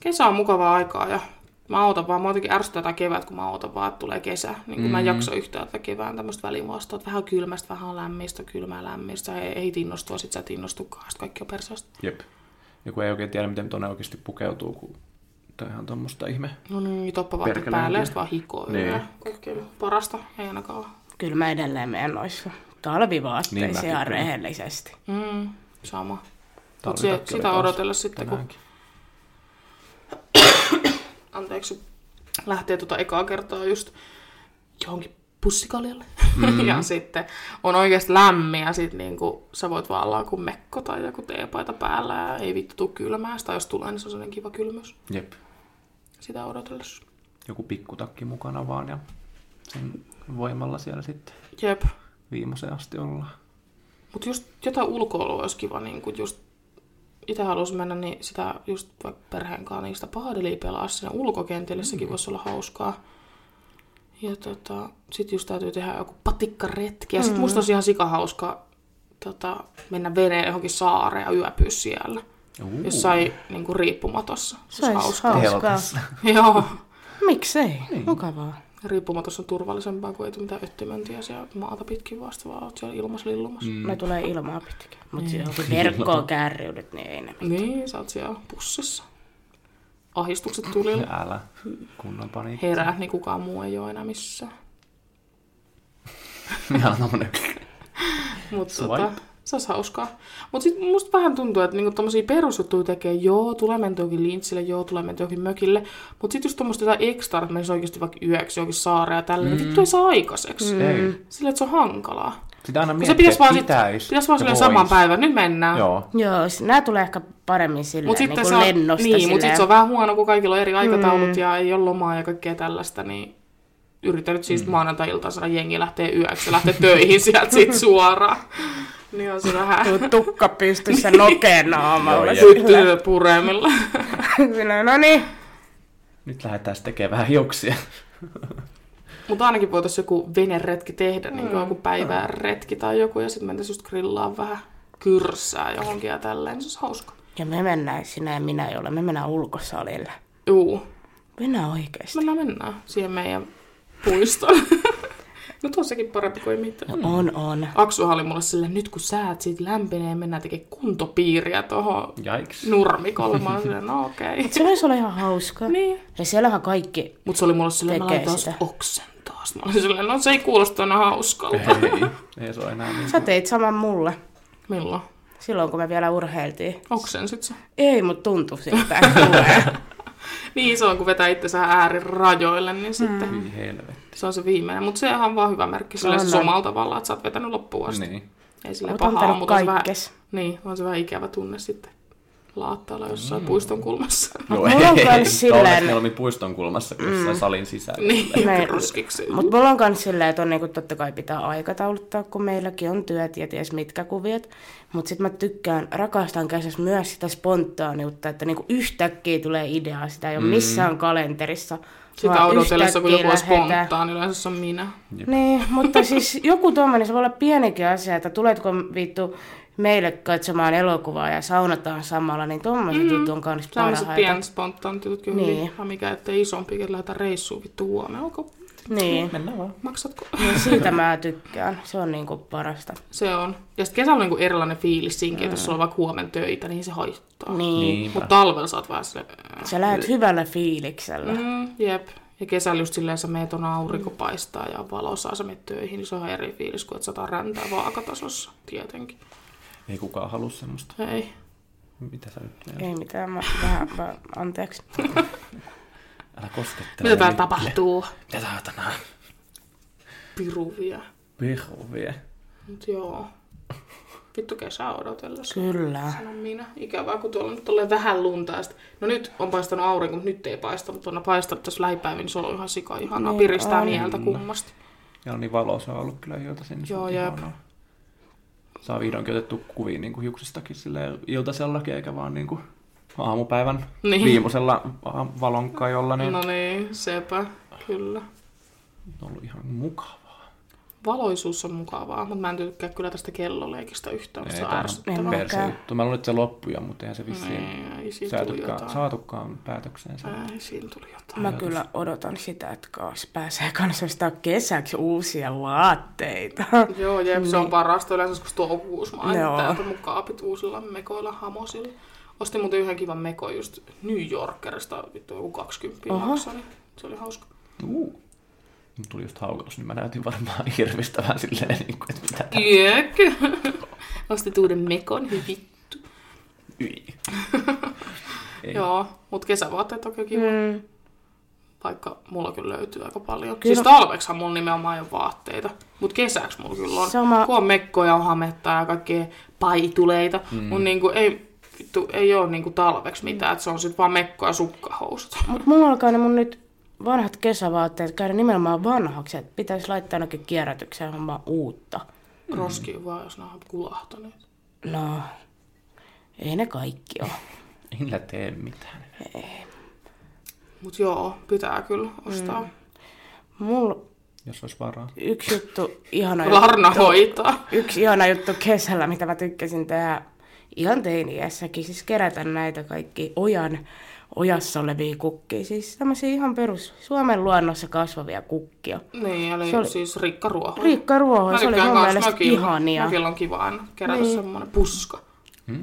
Kesä on mukavaa aikaa ja mä ootan vaan, mä jotenkin ärsyttää tää kevät, kun mä ootan vaan, että tulee kesä. Niin kun mm. mä en jakso yhtään tätä kevään tämmöistä välimuostoa, että vähän kylmästä, vähän lämmistä, kylmää lämmistä, ei, ei tinnostua, sit sä et innostukaan, sit kaikki on perseestä.
Jep. Joku ei oikein tiedä, miten tuonne oikeasti pukeutuu, kun toi on ihan tuommoista ihme.
No niin, toppavaatteet
Perkeleen
päälle ja
kyllä.
sit vaan hikoa
Niin.
niin. Kaikkea parasta, ei ainakaan ole.
Kyllä mä edelleen menen noissa
Niin
talvivaatteissa
mäkin
ihan
kyllä.
rehellisesti.
Mm, sama. Mut se,
Talvitakki oli
sitä
taas
odotella sitten, kun
tänäänkin.
anteeksi, lähtee tuota ekaa kertaa just johonkin pussikaljalle. *laughs* ja sitten on oikeasti lämmin ja sitten niinku, sä voit vaan olla kuin mekko tai joku teepaita päällä ja ei vittu tuu kylmää. Tai jos tulee, niin se on sellainen kiva kylmyys.
Jep.
Sitä odotellessa.
Joku pikkutakki mukana vaan ja sen voimalla siellä sitten
Jep.
viimeiseen asti ollaan.
Mutta niin just jotain ulkoilua olisi kiva niinku just itse halusin mennä, niin sitä just vaikka perheen kanssa niin niistä paadeliä pelaa siinä ulkokentillä,
Mm.
sekin voisi olla hauskaa. Ja tota, sit just täytyy tehdä joku patikkaretki. Ja
Mm.
sit musta olisi ihan sikahauska tota, mennä veneen johonkin saareen ja yöpyä siellä.
Uu,
Jossain niinku riippumatossa.
Se olisi
hauskaa.
hauskaa.
helpas.
*laughs* Joo.
Miksei? Mukavaa.
Riippumatos on turvallisempaa, kun ei tule mitään öttimöntiä siellä maata pitkin vasta, vaan oot siellä ilmassa lillumassa.
Mm. Ne tulee ilmaa pitkin. Mutta mm. johonkin verkkoon kärriydyt, niin ei ne.
Niin, sä oot siellä pussissa. Ahistukset tulilla.
*laughs* Älä, kunnon pani.
Herää, niin kukaan muu ei ole enää missään.
*laughs* Ihan tommonen.
Mutta
Swipe.
tota, se olisi hauskaa. Mutta sitten musta vähän tuntuu, että niinku tommosia perusjuttuja tekee, joo, tulee menty johonkin lintsille, joo, tulee menty johonkin mökille. Mutta sitten just tommoista jotain ekstra, että menisi oikeasti vaikka yöksi johonkin saareen ja tälleen, mm. vittu ei saa aikaiseksi. Mm.
Ei.
Sillä että se on hankalaa.
Sitä aina
Kun se
miettii,
pitäisi vaan,
että
sit,
pitäis.
pitäis vaan
ja
silleen
vois.
saman päivän, nyt mennään.
Joo.
Joo, nämä tulee ehkä paremmin silleen,
Mut
niin
sitten
kuin
se on,
lennosta.
niin, mutta
silleen.
sitten se on vähän huono, kun kaikilla on eri aikataulut mm. ja ei ole lomaa ja kaikkea tällaista, niin yritän nyt siis mm. maanantai-iltaan saada jengi lähtee yöksi ja lähtee töihin sieltä sit suoraan. Niin on se vähän
Tuu tukka *laughs* pystyssä nokeen naamalla.
Joo,
*laughs* tyttöä puremilla.
Silleen, no niin.
Nyt lähdetään sitten tekemään vähän hiuksia.
Mutta ainakin voitaisiin joku veneretki tehdä, niin kuin joku päivän retki tai joku, ja sitten mentäisiin just grillaan vähän kyrsää johonkin ja tälleen. Se olisi hauska.
Ja me mennään, sinä ja minä, jolle me mennään ulkosalille.
Juu,
Mennään oikeesti.
mennään mennään siihen meidän puistoon. *laughs* no tuossakin parempi kuin ei mitään.
No on, on.
Aksuhan oli mulle sille, nyt kun säät siitä lämpenee, mennään tekemään kuntopiiriä tuohon
Jaiks.
nurmikolle. Mä olin silleen, no okei. Okay.
Se voisi olla ihan
*laughs*
hauskaa.
Niin.
Ja siellähän kaikki...
Mut se oli mulle silleen, mä
Tekee
laitan
sitä.
sitä. oksen taas. Mä olin silleen, no se ei kuulosta enää hauskalta.
Ei, ei se ole enää niin.
Sä teit saman mulle.
Milloin?
Silloin, kun me vielä urheiltiin.
Oksen sit se.
Ei, mut tuntui siltä, että
*laughs*
tulee.
Niin se on, kun vetää itsensä äärirajoille, niin sitten
Mm.
Hyi helvetti.
se on se viimeinen. Mutta se on vaan hyvä merkki sille
On, on.
samalla tavalla, että sä oot vetänyt loppuun asti.
Niin.
Ei sille
Oot
pahaa,
antanut
mutta on se vähän,
kaikkes.
niin, on se vähän ikävä tunne sitten laattaalla jossain puiston kulmassa. *laughs*
Joo,
mulla on kans silleen-
Onneksi mieluummin puiston kulmassa kuin jossain salin sisällä.
Mm. niin,
Näin.
roskiksi.
Mutta mulla on myös silleen, että on niinku, totta kai pitää aikatauluttaa, kun meilläkin on työt ja ties mitkä kuviot. Mutta sitten mä tykkään, rakastan käsissä myös sitä spontaaniutta, että niinku yhtäkkiä tulee idea, sitä ei ole missään kalenterissa.
Mm. Sitä
vaan
odotellessa, kun joku on
yhtäkkiä lähdetään.
spontaan, yleensä se on minä.
Niin, mutta siis joku tuommoinen, se voi olla pienikin asia, että tuletko vittu meille katsomaan elokuvaa ja saunataan samalla, niin tuommoiset mm. jutut on myös
Tämmöiset
parhaita.
pienet spontaanit jutut kyllä
Niin.
niin. hyvin. Ja mikä ettei isompi, että lähdetään reissuun vittu huomenna. Onko,
Niin,
Mennään vaan.
maksatko?
niin siitä mä tykkään. Se on niinku parasta.
*laughs* Se on. Ja sitten kesällä on niinku erilainen fiilis sinkin, että jos sulla on vaikka huomen töitä, niin se haittaa.
Niin. niin.
Niinpä.
Mutta talvella sä oot vähän sille,
Sä lähet hyvällä fiiliksellä.
mm, jep. Ja kesällä just silleen sä meet on aurinko paistaa ja on valosaa, sä meet töihin, niin se on ihan eri fiilis kuin että sä oot räntää vaakatasossa, tietenkin.
Ei kukaan halua semmoista.
Ei.
Mitä sä nyt meinaat?
Ei mitään, mä vähän, mä, anteeksi.
Älä koskettele.
Mitä täällä
nyt.
tapahtuu?
Mitä saatana?
Piruvia.
Pihu vie.
Mut joo. Vittu kesää odotellessa.
Kyllä.
No minä. Ikävää, kun tuolla nyt tulee vähän lunta. ja sit- No nyt on paistanut aurinko, mutta nyt ei paista. Mutta on paistanut tässä lähipäivin, niin se on ihan sika ihanaa.
Niin
Piristää
on.
mieltä kummasti.
Ja on niin valoisa ollut kyllä ilta sinne.
Joo, jep.
Saa vihdoinkin otettu kuvia niin kuin hiuksistakin silleen iltasellakin, eikä vaan niin kuin aamupäivän
Niin.
niin. viimeisellä aam- valonkajolla, niin
No niin, sepä. Kyllä.
on ollut ihan mukavaa.
Valoisuus on mukavaa, mutta mä en tykkää kyllä tästä kelloleikistä yhtään.
Ei,
Se on
tää on
ärsyttävää.
En
Perse
mäkään.
juttu. Mä luulen, että se loppui jo, mutta eihän se vissiin
Ei, ei siinä tuli
saatukaan,
jotain.
saatukaan päätökseensä.
Ei, siinä tuli jotain.
Mä kyllä odotan sitä, että kaas pääsee kanssa ostaa kesäksi uusia vaatteita.
Joo, jep, se on parasta yleensä, kun toukokuussa mä
Niin. Joo.
aina täältä mun kaapit uusilla mekoilla hamosilla. Ostin muuten yhden kivan mekon just New Yorkerista, vittu joku 20
Oho.
maksaa, niin se oli hauska.
Uu. Nyt tuli just haukaus, niin mä näytin varmaan *laughs* hirvistävän silleen, niin kuin, että mitä tää...
Jek! *laughs* Ostit uuden mekon, hyvin vittu.
Yi. Ei.
Joo, mutta kesävaatteet on kyllä kiva.
Niin. Mm.
Vaikka mulla kyllä löytyy aika paljon.
Kyllä.
Kyllä. Siis talveksihan mulla nimenomaan ei ole vaatteita, mutta kesäksi mulla kyllä on.
Sama.
Kun on mekkoja, on hametta ja kaikkea paituleita, mm. mutta niinku ei, vittu, ei ole niinku talveksi mitään, että se on sitten vaan mekko ja sukkahousut.
Mut mulla alkaa ne mun nyt vanhat kesävaatteet käydä nimenomaan vanhaksi, että pitäisi laittaa ainakin kierrätykseen hommaa uutta.
Roskiin vaan, jos nämä kulahtaneet.
No, Ei ne kaikki ole.
Ei niillä tee mitään.
Mutta joo, pitää kyllä ostaa. Mm.
Mulla
Jos olisi varaa.
yksi juttu, ihana
Larna hoitaa.
yksi ihana juttu kesällä, mitä mä tykkäsin tehdä ihan teiniässäkin, siis kerätä näitä kaikki ojan, ojassa olevia kukkia. Siis tämmöisiä ihan perus Suomen luonnossa kasvavia kukkia.
Niin, eli
Se
se
oli-
oli... siis rikka ruoho.
Riikka Ruoho,
Mä
se oli
tykkään
mun
kans,
mielestä
mäkin-
ihania.
Mäkin on kiva aina kerätä niin. semmonen puska.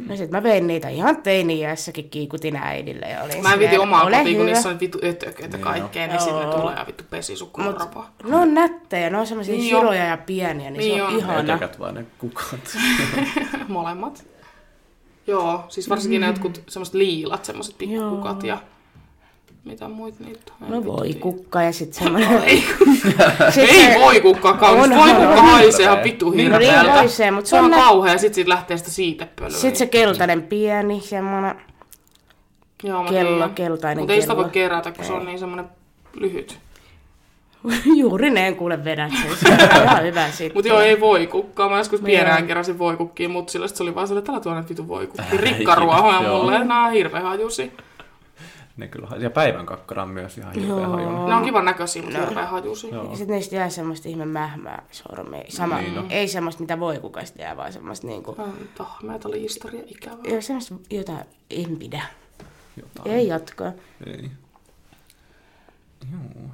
No sit mä vein niitä ihan teini-iässäkin kiikutin äidille ja olin
Mä en viti
silleen,
omaa
"Ole
kotiin, kun
hyvä."
niissä on vitu ötököitä kaikkea, niin sinne tulee ja vittu pesi sun korvaa.
Ne on nättejä, ne on semmoisia
Niin on.
siroja ja pieniä, niin,
Niin
se on,
on.
ihana.
Ötökät vaan ne
*laughs*
kukat.
*laughs* Molemmat. Joo, siis varsinkin mm. ne jotkut semmoiset liilat, semmoiset pikkukukat ja mitä muut niitä on.
No
Vittu
voi
tiedä.
kukka ja sit
*laughs*
semmoinen... *laughs*
Ei,
sit
ei voi kukkaa kaunis.
On
Voi
harva.
kukka haisee ihan vittu
No niin
hirveältä.
haisee, mut se
Se
on
on
nä-
kauhea, sit siitä lähtee sitä siitepölyä.
Sitten se keltainen pieni, semmoinen...
Joo, mä
kello,
tiedän.
keltainen
Mutta ei sitä
kello.
voi kerätä, kun se on niin semmoinen lyhyt.
*laughs* Juuri ne en kuule vedät sen. Se
*laughs*
on ihan hyvä sitten.
Mutta joo, ei voi kukkaa. Mä joskus
Joo.
pienään keräsin voi kukkia, mutta silloin se oli vaan sellainen, että älä tuo näitä vitun voi kukkia.
Älä
Rikkaruohoja
ikinä, joo.
mulle, nää on hirveä hajusi.
Ne kyllä ha- Ja päivän kakkara on myös ihan hirveä hajun.
Ne on kivan näköisiä, mutta hirveä hajusi.
Joo.
Sitten niistä jää semmoista ihme mähmää sormiin. Sama,
Niin on.
Ei semmoista, mitä voi kukaan sitten jää, vaan semmoista niinku...
Mutta meitä oli historia ikävää.
Joo, semmoista, jota en pidä.
Jotain.
Ei jatkoa.
Ei. Joo.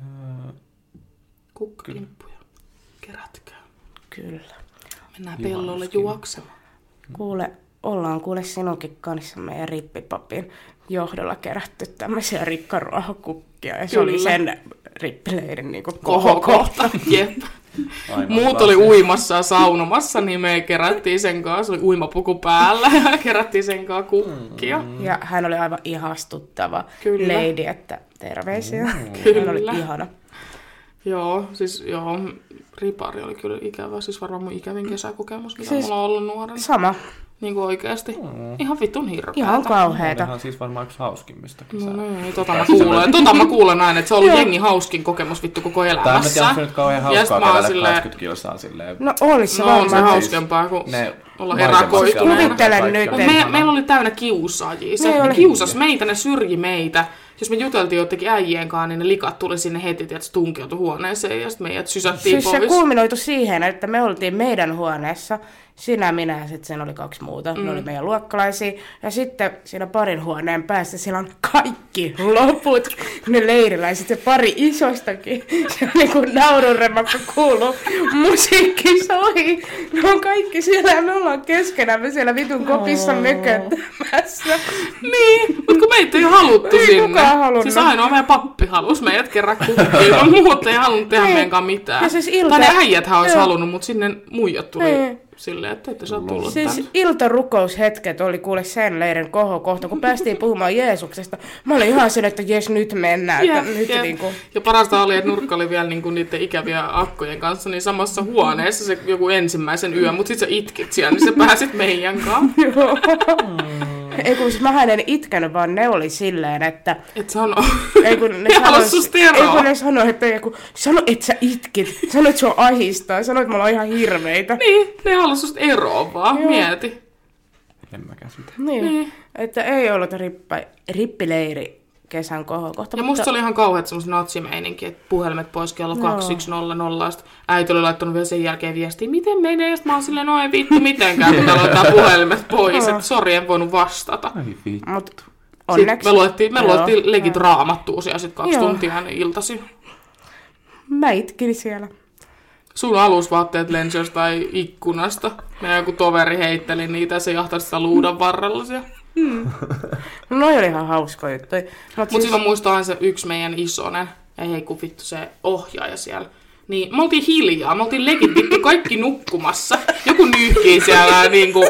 Öö,
Kukkalimppuja. Kerätkää.
Kyllä.
Mennään pellolle juoksemaan.
Kuule, ollaan kuule sinunkin kanssa meidän rippipapin johdolla kerätty tämmöisiä rikkaruohokukkia. Ja se
Kyllä.
oli sen rippileirin niinku kohokohta.
Kohokohta. *laughs* Jep.
aivan
Muut
taas.
oli uimassa ja saunomassa, niin me kerättiin sen kanssa. Se oli uimapuku päällä *laughs* ja kerättiin sen kanssa kukkia.
Mm.
Ja hän oli aivan ihastuttava
Kyllä. Mm.
lady, että terveisiä.
Kyllä.
Hän oli ihana.
Joo, siis joo, ripari oli kyllä ikävä, siis varmaan mun ikävin kesäkokemus, mitä
Siis-
siis... mulla on ollut nuorena.
Sama.
Niin kuin oikeesti. Ihan vitun hirveä.
Ihan kauheeta.
Nehän on siis varmaan yksi hauskimmista
No
kesää.
niin, tota mä kuulen, tota mä kuulen aina, että se on ollut jengi hauskin kokemus vittu koko
Tää en mä
elämässä.
tiedä, onko se nyt kauhean
Ja sit
hauskaa
mä oon
kävellä
silleen-
80 kilsaa silleen.
No olisi se
No on se
varmaan.
hauska.
hauskempaa kuin
ne
olla
maisemat siellä on
erakoituneena.
Kuvittele
kaikki
nyt,
on
Mut
että-
ihana.
Me, meillä oli täynnä kiusaajia. Se,
Ne
ne,
oli-
ne kiusas meitä, ne syrji meitä. Jos me juteltiin jotenkin äijien kanssa, niin ne likat tuli sinne heti, että se tunkeutui huoneeseen ja sitten meidät sysättiin
Siis se
pois.
kulminoitu siihen, että me oltiin meidän huoneessa, sinä, minä ja sitten siinä oli kaksi muuta, mm. ne oli meidän luokkalaisia. Ja sitten siinä parin huoneen päässä siellä on kaikki loput, ne leiriläiset ja pari isostakin. Se on niin kuin naurunremakka kuuluu, musiikki soi, ne on kaikki siellä ja me ollaan keskenämme siellä vitun kopissa mököttämässä.
Niin, mutta kun meitä ei haluttu
Ei
sinne.
kukaan halunnut.
Siis ainoa meidän pappi halusi meidät kerran kukkiin, vaan muut ei halunnut tehdä
Niin.
meidän kanssa mitään.
Ja siis ilta-
Tai ne äijäthän olisi
Joo.
halunnut, mutta sinne muijat tuli
Niin.
silleen, että ette saa tulla tänne.
Siis iltarukoushetket oli kuule sen leirin kohokohta, kun päästiin puhumaan Jeesuksesta. Mä olin ihan silleen, että jes nyt mennään. Että
Jep,
nyt
jep.
niinku.
Ja parasta oli, että nurkka oli vielä niinku niiden ikäviä akkojen kanssa, niin samassa huoneessa se joku ensimmäisen yön, mutta sit sä itkit siellä, niin sä pääsit meidän kanssa.
Joo. Ei kun siis mähän en itkenyt, vaan ne oli silleen, että...
Et sano.
Ei kun ne
Ei halua
sanois-
susta
ei
eroa.
kun ne sanoi, että ei kun, sano, että sä itkit. Sano, että sua ahistaa. Sano, että me ollaan ihan hirveitä.
Niin, ne halus susta eroa vaan,
Joo.
mieti.
En mäkään sitä.
Niin. Että ei ollut rippä, rippileiri kesän kohokohta.
Ja musta se oli ihan kauheat semmos natsimeininki, että puhelimet pois kello
Joo.
2100, ja sit äiti oli laittanut vielä sen jälkeen viestiä, miten menee, ja sit mä oon silleen, no ei vittu mitenkään, kun täällä laitetaan puhelimet pois, että sori, en voinut vastata.
Ai vittu.
Mut
Onneksi.
onneksi...
me luettiin, me
Joo.
luettiin legit raamattua siellä sit kaksi
Joo.
tuntia aina iltasi.
Mä itkin siellä.
Sun alusvaatteet lensi jostain ikkunasta. Me joku toveri heitteli niitä ja se jahtasi sitä luudan varrella siellä.
No oli ihan hauska juttu. Mut
Mut
siis,
siis... mä muistan se yksi meidän isonen, ja hei kun vittu se ohjaaja siellä. Niin, me oltiin hiljaa, me oltiin legit vittu kaikki nukkumassa. Joku nyyhkii siellä niinku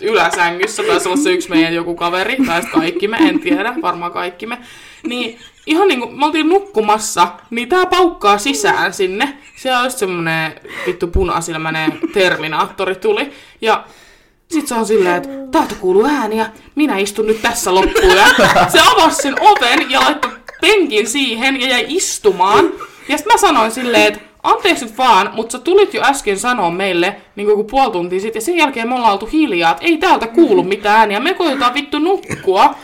yläsängyssä, taisi olla se yksi meidän joku kaveri, tai sit kaikki me, en tiedä, varmaan kaikki me. Niin ihan niinku, me oltiin nukkumassa, niin tää paukkaa sisään sinne. Siellä on just semmonen vittu punasilmäinen terminaattori tuli, ja sit se on silleen, että täältä kuuluu ääniä, minä istun nyt tässä loppuun. Ja se avasi sen oven ja laittoi penkin siihen ja jäi istumaan. Ja sitten mä sanoin silleen, että anteeksi nyt vaan, mutta sä tulit jo äsken sanoa meille niin kuin puoli tuntia sitten, ja sen jälkeen me ollaan oltu hiljaa, että ei täältä kuulu mitään ääniä, me koitetaan vittu nukkua.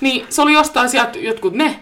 Niin se oli jostain sieltä jotkut ne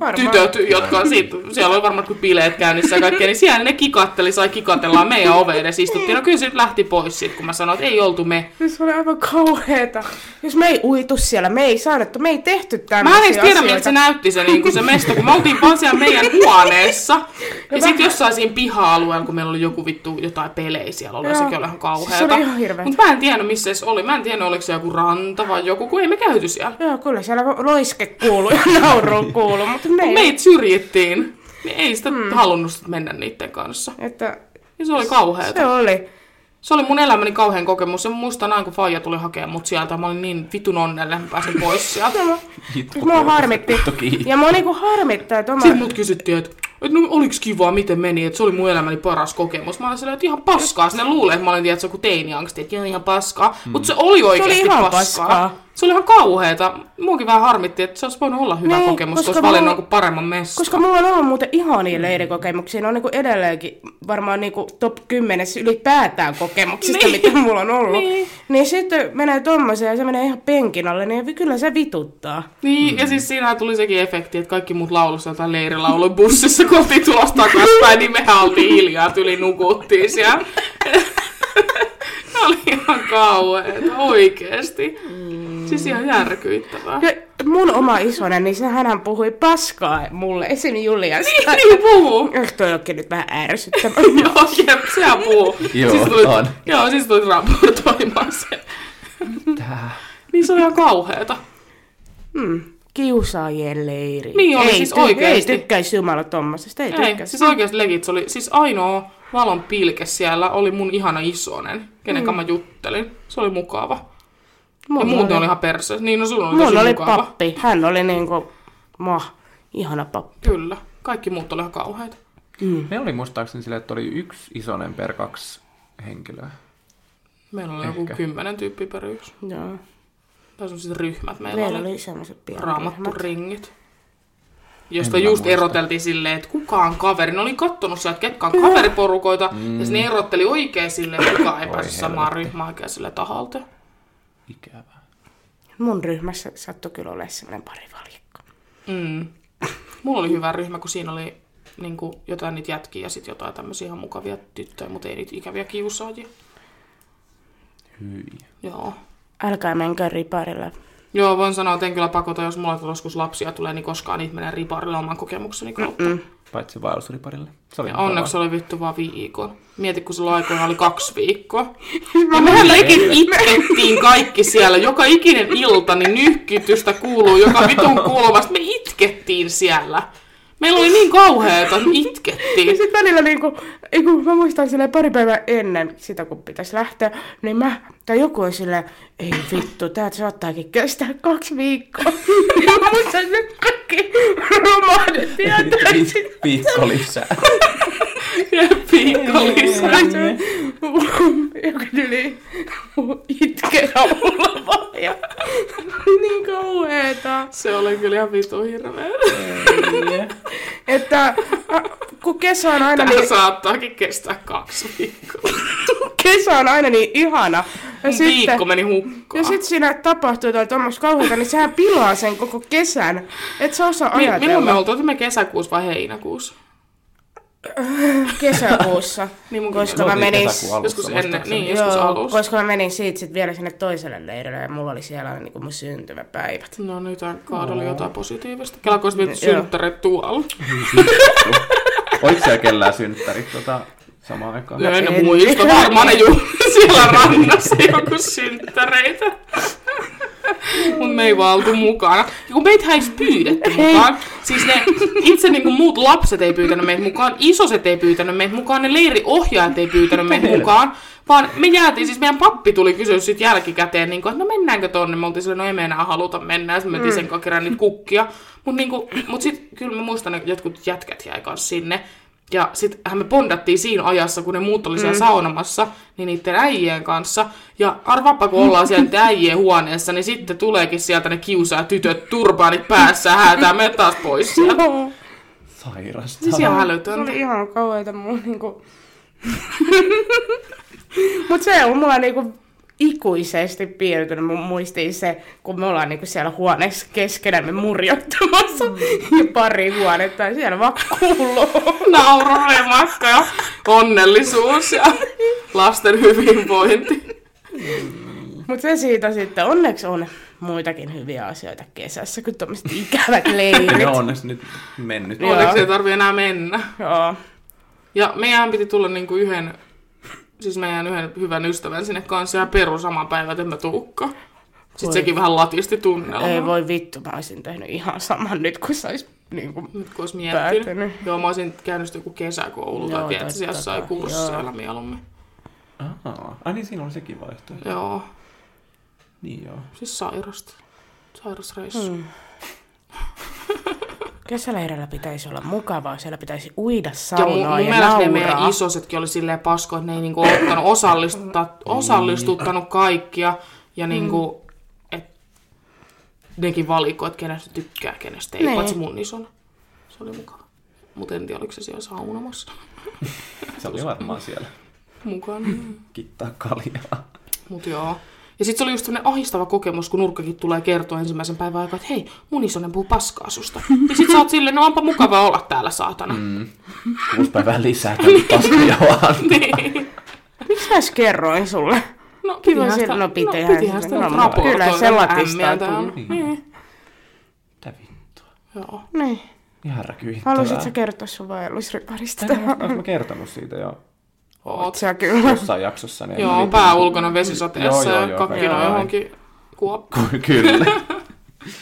Varmaan.
tytöt, jotka on siitä, siellä oli varmaan kun bileet käynnissä ja kaikkea, niin siellä ne kikatteli, sai kikatellaan meidän oveen edes istuttiin. No kyllä se nyt lähti pois sitten, kun mä sanoin, että ei oltu me.
Siis oli aivan kauheeta. Jos me ei uitu siellä, me ei saanut, me ei tehty
Mä
tämmöisiä
en edes tiedä,
asioita.
miltä se näytti se, niin se mesto, kun me oltiin vaan siellä
*laughs*
meidän huoneessa. Ja
vähän-
sitten jossain siinä piha-alueella, kun meillä oli joku vittu jotain pelejä siellä oli,
Joo.
sekin oli ihan
Se
kauheata.
oli ihan hirveetä.
Mutta mä en tiennyt, missä se oli. Mä en tiennyt, oliko se joku ranta vai joku, kun ei me käyty siellä.
Joo, kyllä siellä loiske kuuluu ja *laughs* nauru kuuluu, mutta me ei.
Meitä syrjittiin. Niin ei sitä hmm. halunnut sit mennä niiden kanssa.
Että
Ja se oli kauheata.
se oli.
Se oli mun elämäni kauhean kokemus. Ja mä muistan aina, kun Faija tuli hakemaan mut sieltä. Mä olin niin vitun onnellinen, mä pääsin pois sieltä.
Mua,
Itku
Siis mua
kuuluu.
harmitti.
Toki.
Ja mua niinku harmittaa, että oma...
Sitten mut kysyttiin, että et no oliks kivaa, miten meni, että se oli mun elämäni paras kokemus. Mä olin silleen, että ihan paskaa. Sinne luulee, että mä olin tiedätkö, joku teiniangsti, että joo, ihan paskaa. Mm. Mutta se oli oikeasti
ihan
paskaa.
paskaa.
Se oli ihan kauheeta. Muakin vähän harmitti, että se olisi voinut olla hyvä
Niin,
kokemus, koska
koska
olisi valinnut
mulla-
joku paremman messu.
Koska mulla on ollut muuten ihania leirikokemuksia, ne on niinku edelleenkin varmaan niinku top 10 ylipäätään kokemuksista,
Niin.
mitä mulla on ollut.
Niin.
Niin. niin sitten menee tommoseen ja se menee ihan penkin alle, niin vi- kyllä se vituttaa.
Niin, mm. ja siis siinähän tuli sekin efekti, että kaikki muut laulussa jotain leirilauloi bussissa kotiin tulosta takaspäin, niin mehän oltiin hiljaa, tyli nukuttiin siellä. *laughs* Ne oli ihan kauheeta, oikeesti.
Mm.
Siis ihan järkyyttävää.
Ja mun oma isonen, niin se hän puhui paskaa mulle, esim. Juliasta.
Niin puhuu.
Ehkä toi onkin nyt vähän ärsyttävä. *laughs*
Joo, jep, sehän puhuu.
Joo,
siis tuli,
on.
Joo, siis tuli raportoimaan se.
Tää.
Niin se on ihan kauheeta.
mm, kiusaajien leiri.
Niin oli
ei,
siis
ty-
oikeesti.
Ei tykkäisi Jumala tommosesta, ei,
Ei,
tykkäisi.
siis oikeasti legit, se oli siis ainoa valon pilke siellä, oli mun ihana isonen, kenen kanssa mä juttelin. Se oli mukava. ja muuten oli, ihan perse. Niin, no sulla oli tosi
Mulla oli
mukava.
pappi. Hän oli niinku, mah, ihana pappi.
Kyllä. Kaikki muut oli ihan kauheita.
Mm.
Ne oli muistaakseni silleen, että oli yksi isonen per kaksi henkilöä.
Meillä oli joku
Ehkä.
kymmenen tyyppiä per yksi.
Joo.
Tai sellaiset ryhmät meillä,
Meillä
oli.
oli semmoiset pienet ryhmät.
Raamatturingit. Josta
En mä
just
muista.
eroteltiin silleen, että kuka on kaveri. Ne oli kattonut sieltä, ketkä on kaveriporukoita. Mm. Ja sitten ne erotteli oikein silleen, että kuka ei
Voi
pääse samaan
helvetti.
ryhmään oikein sille tahalta.
Ikävää.
Mun ryhmässä sattui kyllä olemaan semmoinen pari valikko.
Mm. Mulla oli hyvä ryhmä, kun siinä oli niin kuin, jotain niitä jätkiä ja sitten jotain tämmöisiä ihan mukavia tyttöjä, mutta ei niitä ikäviä kiusaajia.
Hyi.
Joo.
Älkää menkää riparilla.
Joo, voin sanoa, että en kyllä pakota, jos mulla joskus lapsia tulee, niin koskaan niitä menee riparilla oman kokemukseni kautta. Mm-mm.
Paitsi vaellusriparille. Se oli
Ja
mukavaa.
onneksi oli vittu vaan viikon. Mieti, kun silloin aikoina oli kaksi viikkoa.
Mä
Ja Niin, mehän legit itkettiin kaikki siellä. Joka ikinen ilta, niin nyhkytystä kuuluu joka vitun kulmasta. Me itkettiin siellä. Meillä oli niin kauheeta, että me
Ja
itkettiin.
sit välillä niinku, ei kun mä muistan silleen pari päivää ennen sitä, kun pitäisi lähteä, niin mä, tai joku on silleen, ei vittu, tää saattaakin kestää kaksi viikkoa. *laughs* ja mä muistan nyt kaikki romahdet ja
*laughs* Vi-
*laughs*
Viikko lisää.
Ja viikko lisää.
Joka tyli itkee avulla vaan ja *laughs* niin kauheeta.
Se oli kyllä ihan vitu hirveä.
Että ä, kun kesä on aina
Tämä
niin,
saattaakin kestää kaksi viikkoa.
kesä on aina niin ihana. Ja sitten,
Viikko meni hukkaan.
ja sit siinä tapahtuu jotain tuommoista kauheita, niin sehän pilaa sen koko kesän. Et sä
Mi-
osaa
Milloin me
ajatella
oltiin? Oltiin me kesäkuussa vai heinäkuussa?
kesäkuussa.
*laughs* Niin mun
Koska mä menin,
Joskus ennen, niin joskus
joo,
alussa.
koska mä menin siitä sit vielä sinne toiselle leirille ja mulla oli siellä niin mun syntymäpäivät.
No nyt aikaan oli jotain positiivista. Kela, kun olisi viety
Niin, Joo.
synttäreet tuolla.
Oliko siellä kellään synttärit tota, samaan aikaan?
No en
en-
muista, varmaan ne juu *laughs* siellä rannassa joku synttäreitä. Mut me ei vaan oltu mukana. Ja kun meitä ei edes pyydetty mukaan. Siis ne itse niinku muut lapset ei pyytänyt meitä mukaan, isoset ei pyytänyt meitä mukaan, ne leiriohjaajat ei pyytänyt meitä mukaan. Vaan me jäätiin, siis meidän pappi tuli kysyä sit jälkikäteen, niin että no mennäänkö tonne? Me oltiin silleen, no ei me enää haluta mennä, ja sit me mm. sen kanssa kerran niitä kukkia. Mut, niinku, mut sit kyllä mä muistan, että jotkut jätkät jäi kanssa sinne. Ja sittenhän me bondattiin siinä ajassa, kun ne muut oli siellä mm. saunomassa, niin niiden äijien kanssa. Ja arvaappa, kun ollaan siellä niiden äijien huoneessa, niin sitten tuleekin sieltä ne kiusaa tytöt turbaanit päässä ja häätää me taas pois sieltä.
sairasta.
Siis ihan
Se
älytöntä.
oli ihan kauheita mun niinku... *laughs* Mut se on mulla niinku ikuisesti piirtynyt mun muistiin se, kun me ollaan niinku siellä huoneessa keskenämme murjottamassa mm. ja *laughs* pari huonetta ja siellä vaan kuuluu.
Nauroimatta ja onnellisuus ja lasten hyvinvointi.
Mutta se siitä sitten, onneksi on muitakin hyviä asioita kesässä kuin tuommoiset ikävät *laughs* leirit.
Ne on onneksi nyt mennyt.
Joo.
Onneksi ei tarvi enää mennä.
Joo.
Ja meidän piti tulla niinku yhden, siis meidän yhden hyvän ystävän sinne kanssa ja peru sama päivä, että en mä tuukka. Sitten
Voi.
sekin vähän latisti tunnelmaa.
Ei voi vittu, mä olisin tehnyt ihan saman nyt, kun se olisi niinku...
Nyt kun olisi miettinyt.
Päättänyt.
Joo, mä olisin käynyt sitten joku kesäkoulu
Joo, tota,
tai tietysti
totta
jossain
kai,
kursseilla mieluummin.
Aa, ai niin, siinä oli sekin vaihtoehto.
Joo,
Niin joo.
siis sairasta. Sairas reissu. Mm.
Kesäleirillä pitäisi olla mukavaa, siellä pitäisi
Ja
uida
mun,
saunaa
mun
ja,
mielestä ne meidän
nauraa. Mm.
isosetkin oli silleen paskoja, että ne ei niinku ottanut, osallistuttanut, osallistuttanut kaikkia. Ja niinku,
Mm.
et nekin valikoi, että kenestä tykkää, kenestä ei,
Niin.
paitsi mun isona. Se oli mukava. Mutta en tiedä, oliko se siellä saunamassa
Se oli varmaan siellä
mukana.
kittaa kaljaa.
Mut joo. Ja sitten se oli just semmoinen ahistava kokemus, kun nurkkakin tulee kertoa ensimmäisen päivän aikaa, että hei, mun isonen puhuu paskaa susta. Ja sit sä oot silleen, no onpa mukava olla täällä, saatana. Mm.
Kuusi päivää lisää tämän paskoja vaan.
Niin.
Miksi mä edes kerroin sulle?
No
Kyllä
pitihän
se-
sitä,
no,
no,
pitihän
pitihän sitä
sitä. No,
nyt
mutta
raportoida,
kyllä se
että
latistaa
ämmiä tää on.
kyllä.
Niin.
Mitä vittua?
Joo.
Niin.
Ihan räkyittävää.
Haluaisit sä kertoa sun vaellusriparista?
Oletko mä kertonut siitä jo
Oot.
Sä kyllä.
jossain jaksossa? Niin en
Joo,
viitsinyt.
pää ulkona vesisateessa
Joo, joo,
ja
joo,
kakkino
joo.
johonkin kuoppa.
Ky- Kyllä. *laughs*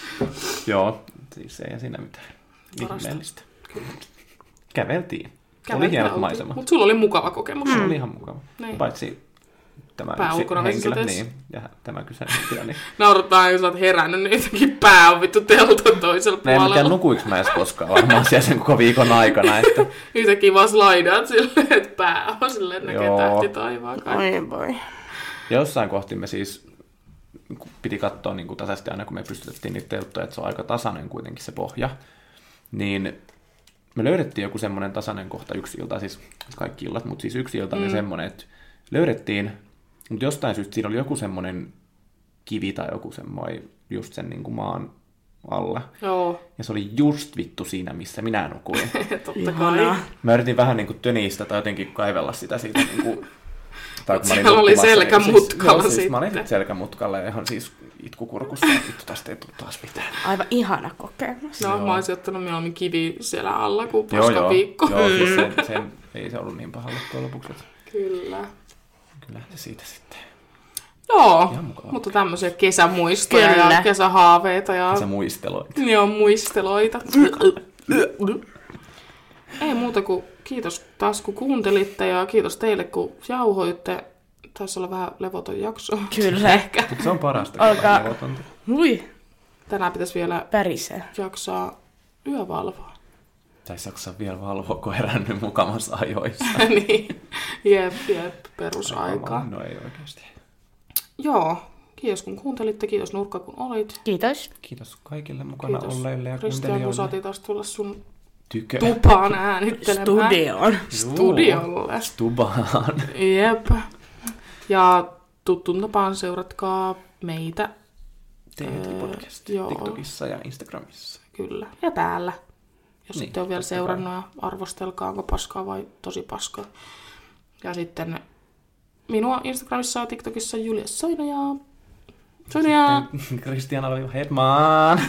Joo, siis ei siinä mitään
Parasta.
ihmeellistä. Käveltiin. Oli
Kävelyt
hienot
nautin.
maisema.
Mut sulla oli mukava kokemus.
Mm.
Se oli ihan mukava.
Niin.
Paitsi tämä
Pää
yksi
ulkona
henkilö,
vesisateessa.
niin, ja tämä kyseinen henkilö, niin
Naurattaa, jos sä oot herännyt, niin jotenkin pää on vittu teltan toisella
No en mä tiedä,
puolella.
nukuiks mä edes koskaan varmaan siellä sen koko viikon aikana, että
*laughs* Yhtäkkiä vaan slaidaat silleen, että pää on silleen näkee
Joo.
tähti taivaan kaikki.
Oi voi.
ja jossain kohti me siis ku- piti katsoa niin kuin tasaisesti aina, kun me pystytettiin niitä telttoja, että se on aika tasainen kuitenkin se pohja, niin me löydettiin joku semmoinen tasainen kohta yksi ilta, siis kaikki illat, mutta siis yksi ilta oli semmoinen, että löydettiin, mutta jostain syystä siinä oli joku semmoinen kivi tai joku semmoinen just sen niin kuin maan alla.
Joo,
Ja se oli just vittu siinä, missä minä nukuin.
totta kai.
Mä yritin vähän niinku tönistä tai jotenkin kaivella sitä siitä
*laughs*
niinku... Tai kun mä olin
Siellä oli
nukkumassa,
selkämutkalla
joo, siis, mä olin
sitten.
selkämutkalla ja ihan siis
*laughs*
itkukurkussa. Vittu, tästä ei tule taas mitään.
Aivan ihana kokemus.
No, mä olisin ottanut mieluummin kivi selän alla kuin
Joo, joo.
paska viikko.
Joo, siis sen, sen, ei se ollut niin paha loppujen lopuksi. että
Kyllä.
Kyllähän se siitä sitten.
Joo,
Ihan mukava.
mutta tämmöisiä kesämuistoja
Kyllä.
ja kesähaaveita ja
Sä muisteloit.
Joo,
*laughs*
muisteloita. Ei muuta kuin kiitos taas kun kuuntelitte ja kiitos teille kun jauhoitte. Taisi olla vähän levoton jakso.
Kyllä.
Mut se on parasta. kyllä,
Olkaa-
neuvotonta.
Ui,
Tänään pitäisi vielä
pärisee.
jaksaa yövalvoa. *laughs*
Tai saksa vielä valvoa, kun herännyt mukamassa ajoissa.
niin, jep, jep, perusaika.
No ei oikeasti.
Joo, kiitos kun kuuntelitte, kiitos Nurkka kun olit.
Kiitos.
Kiitos kaikille mukana
Kiitos
olleille ja
Kristian, kun
kuuntelijoille.
saatiin taas tulla sun
Tykö.
tupaan äänittelemään.
Studioon.
Juu.
Studiolle.
Stubaan.
Jep. Ja tuttuun tapaan seuratkaa meitä,
Teidänkin podcast.
joo.
TikTokissa ja Instagramissa.
kyllä, ja täällä. Jos
Niin,
niin, ette ole vielä
totta
seurannut ja arvostelkaa, onko paskaa vai tosi paskaa. Ja sitten minua Instagramissa ja TikTokissa Julia Soinajaa. Soinajaa!
Kristiana oli
*laughs*
Hedman.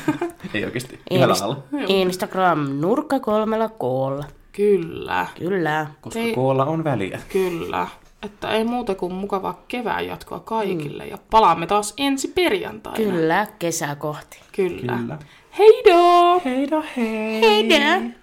Ei oikeasti. Yhdellä alla.
Instagram nurkka kolmella koolla.
Kyllä,
Kyllä.
Koska
Ei.
koolla on väliä.
kyllä. Että ei muuta kuin mukavaa kevään jatkoa kaikille. Mm. Ja palaamme taas ensi perjantaina.
Kyllä, kesä kohti.
Kyllä.
Kyllä.
Heidoo!
Heida hei.
Heidä!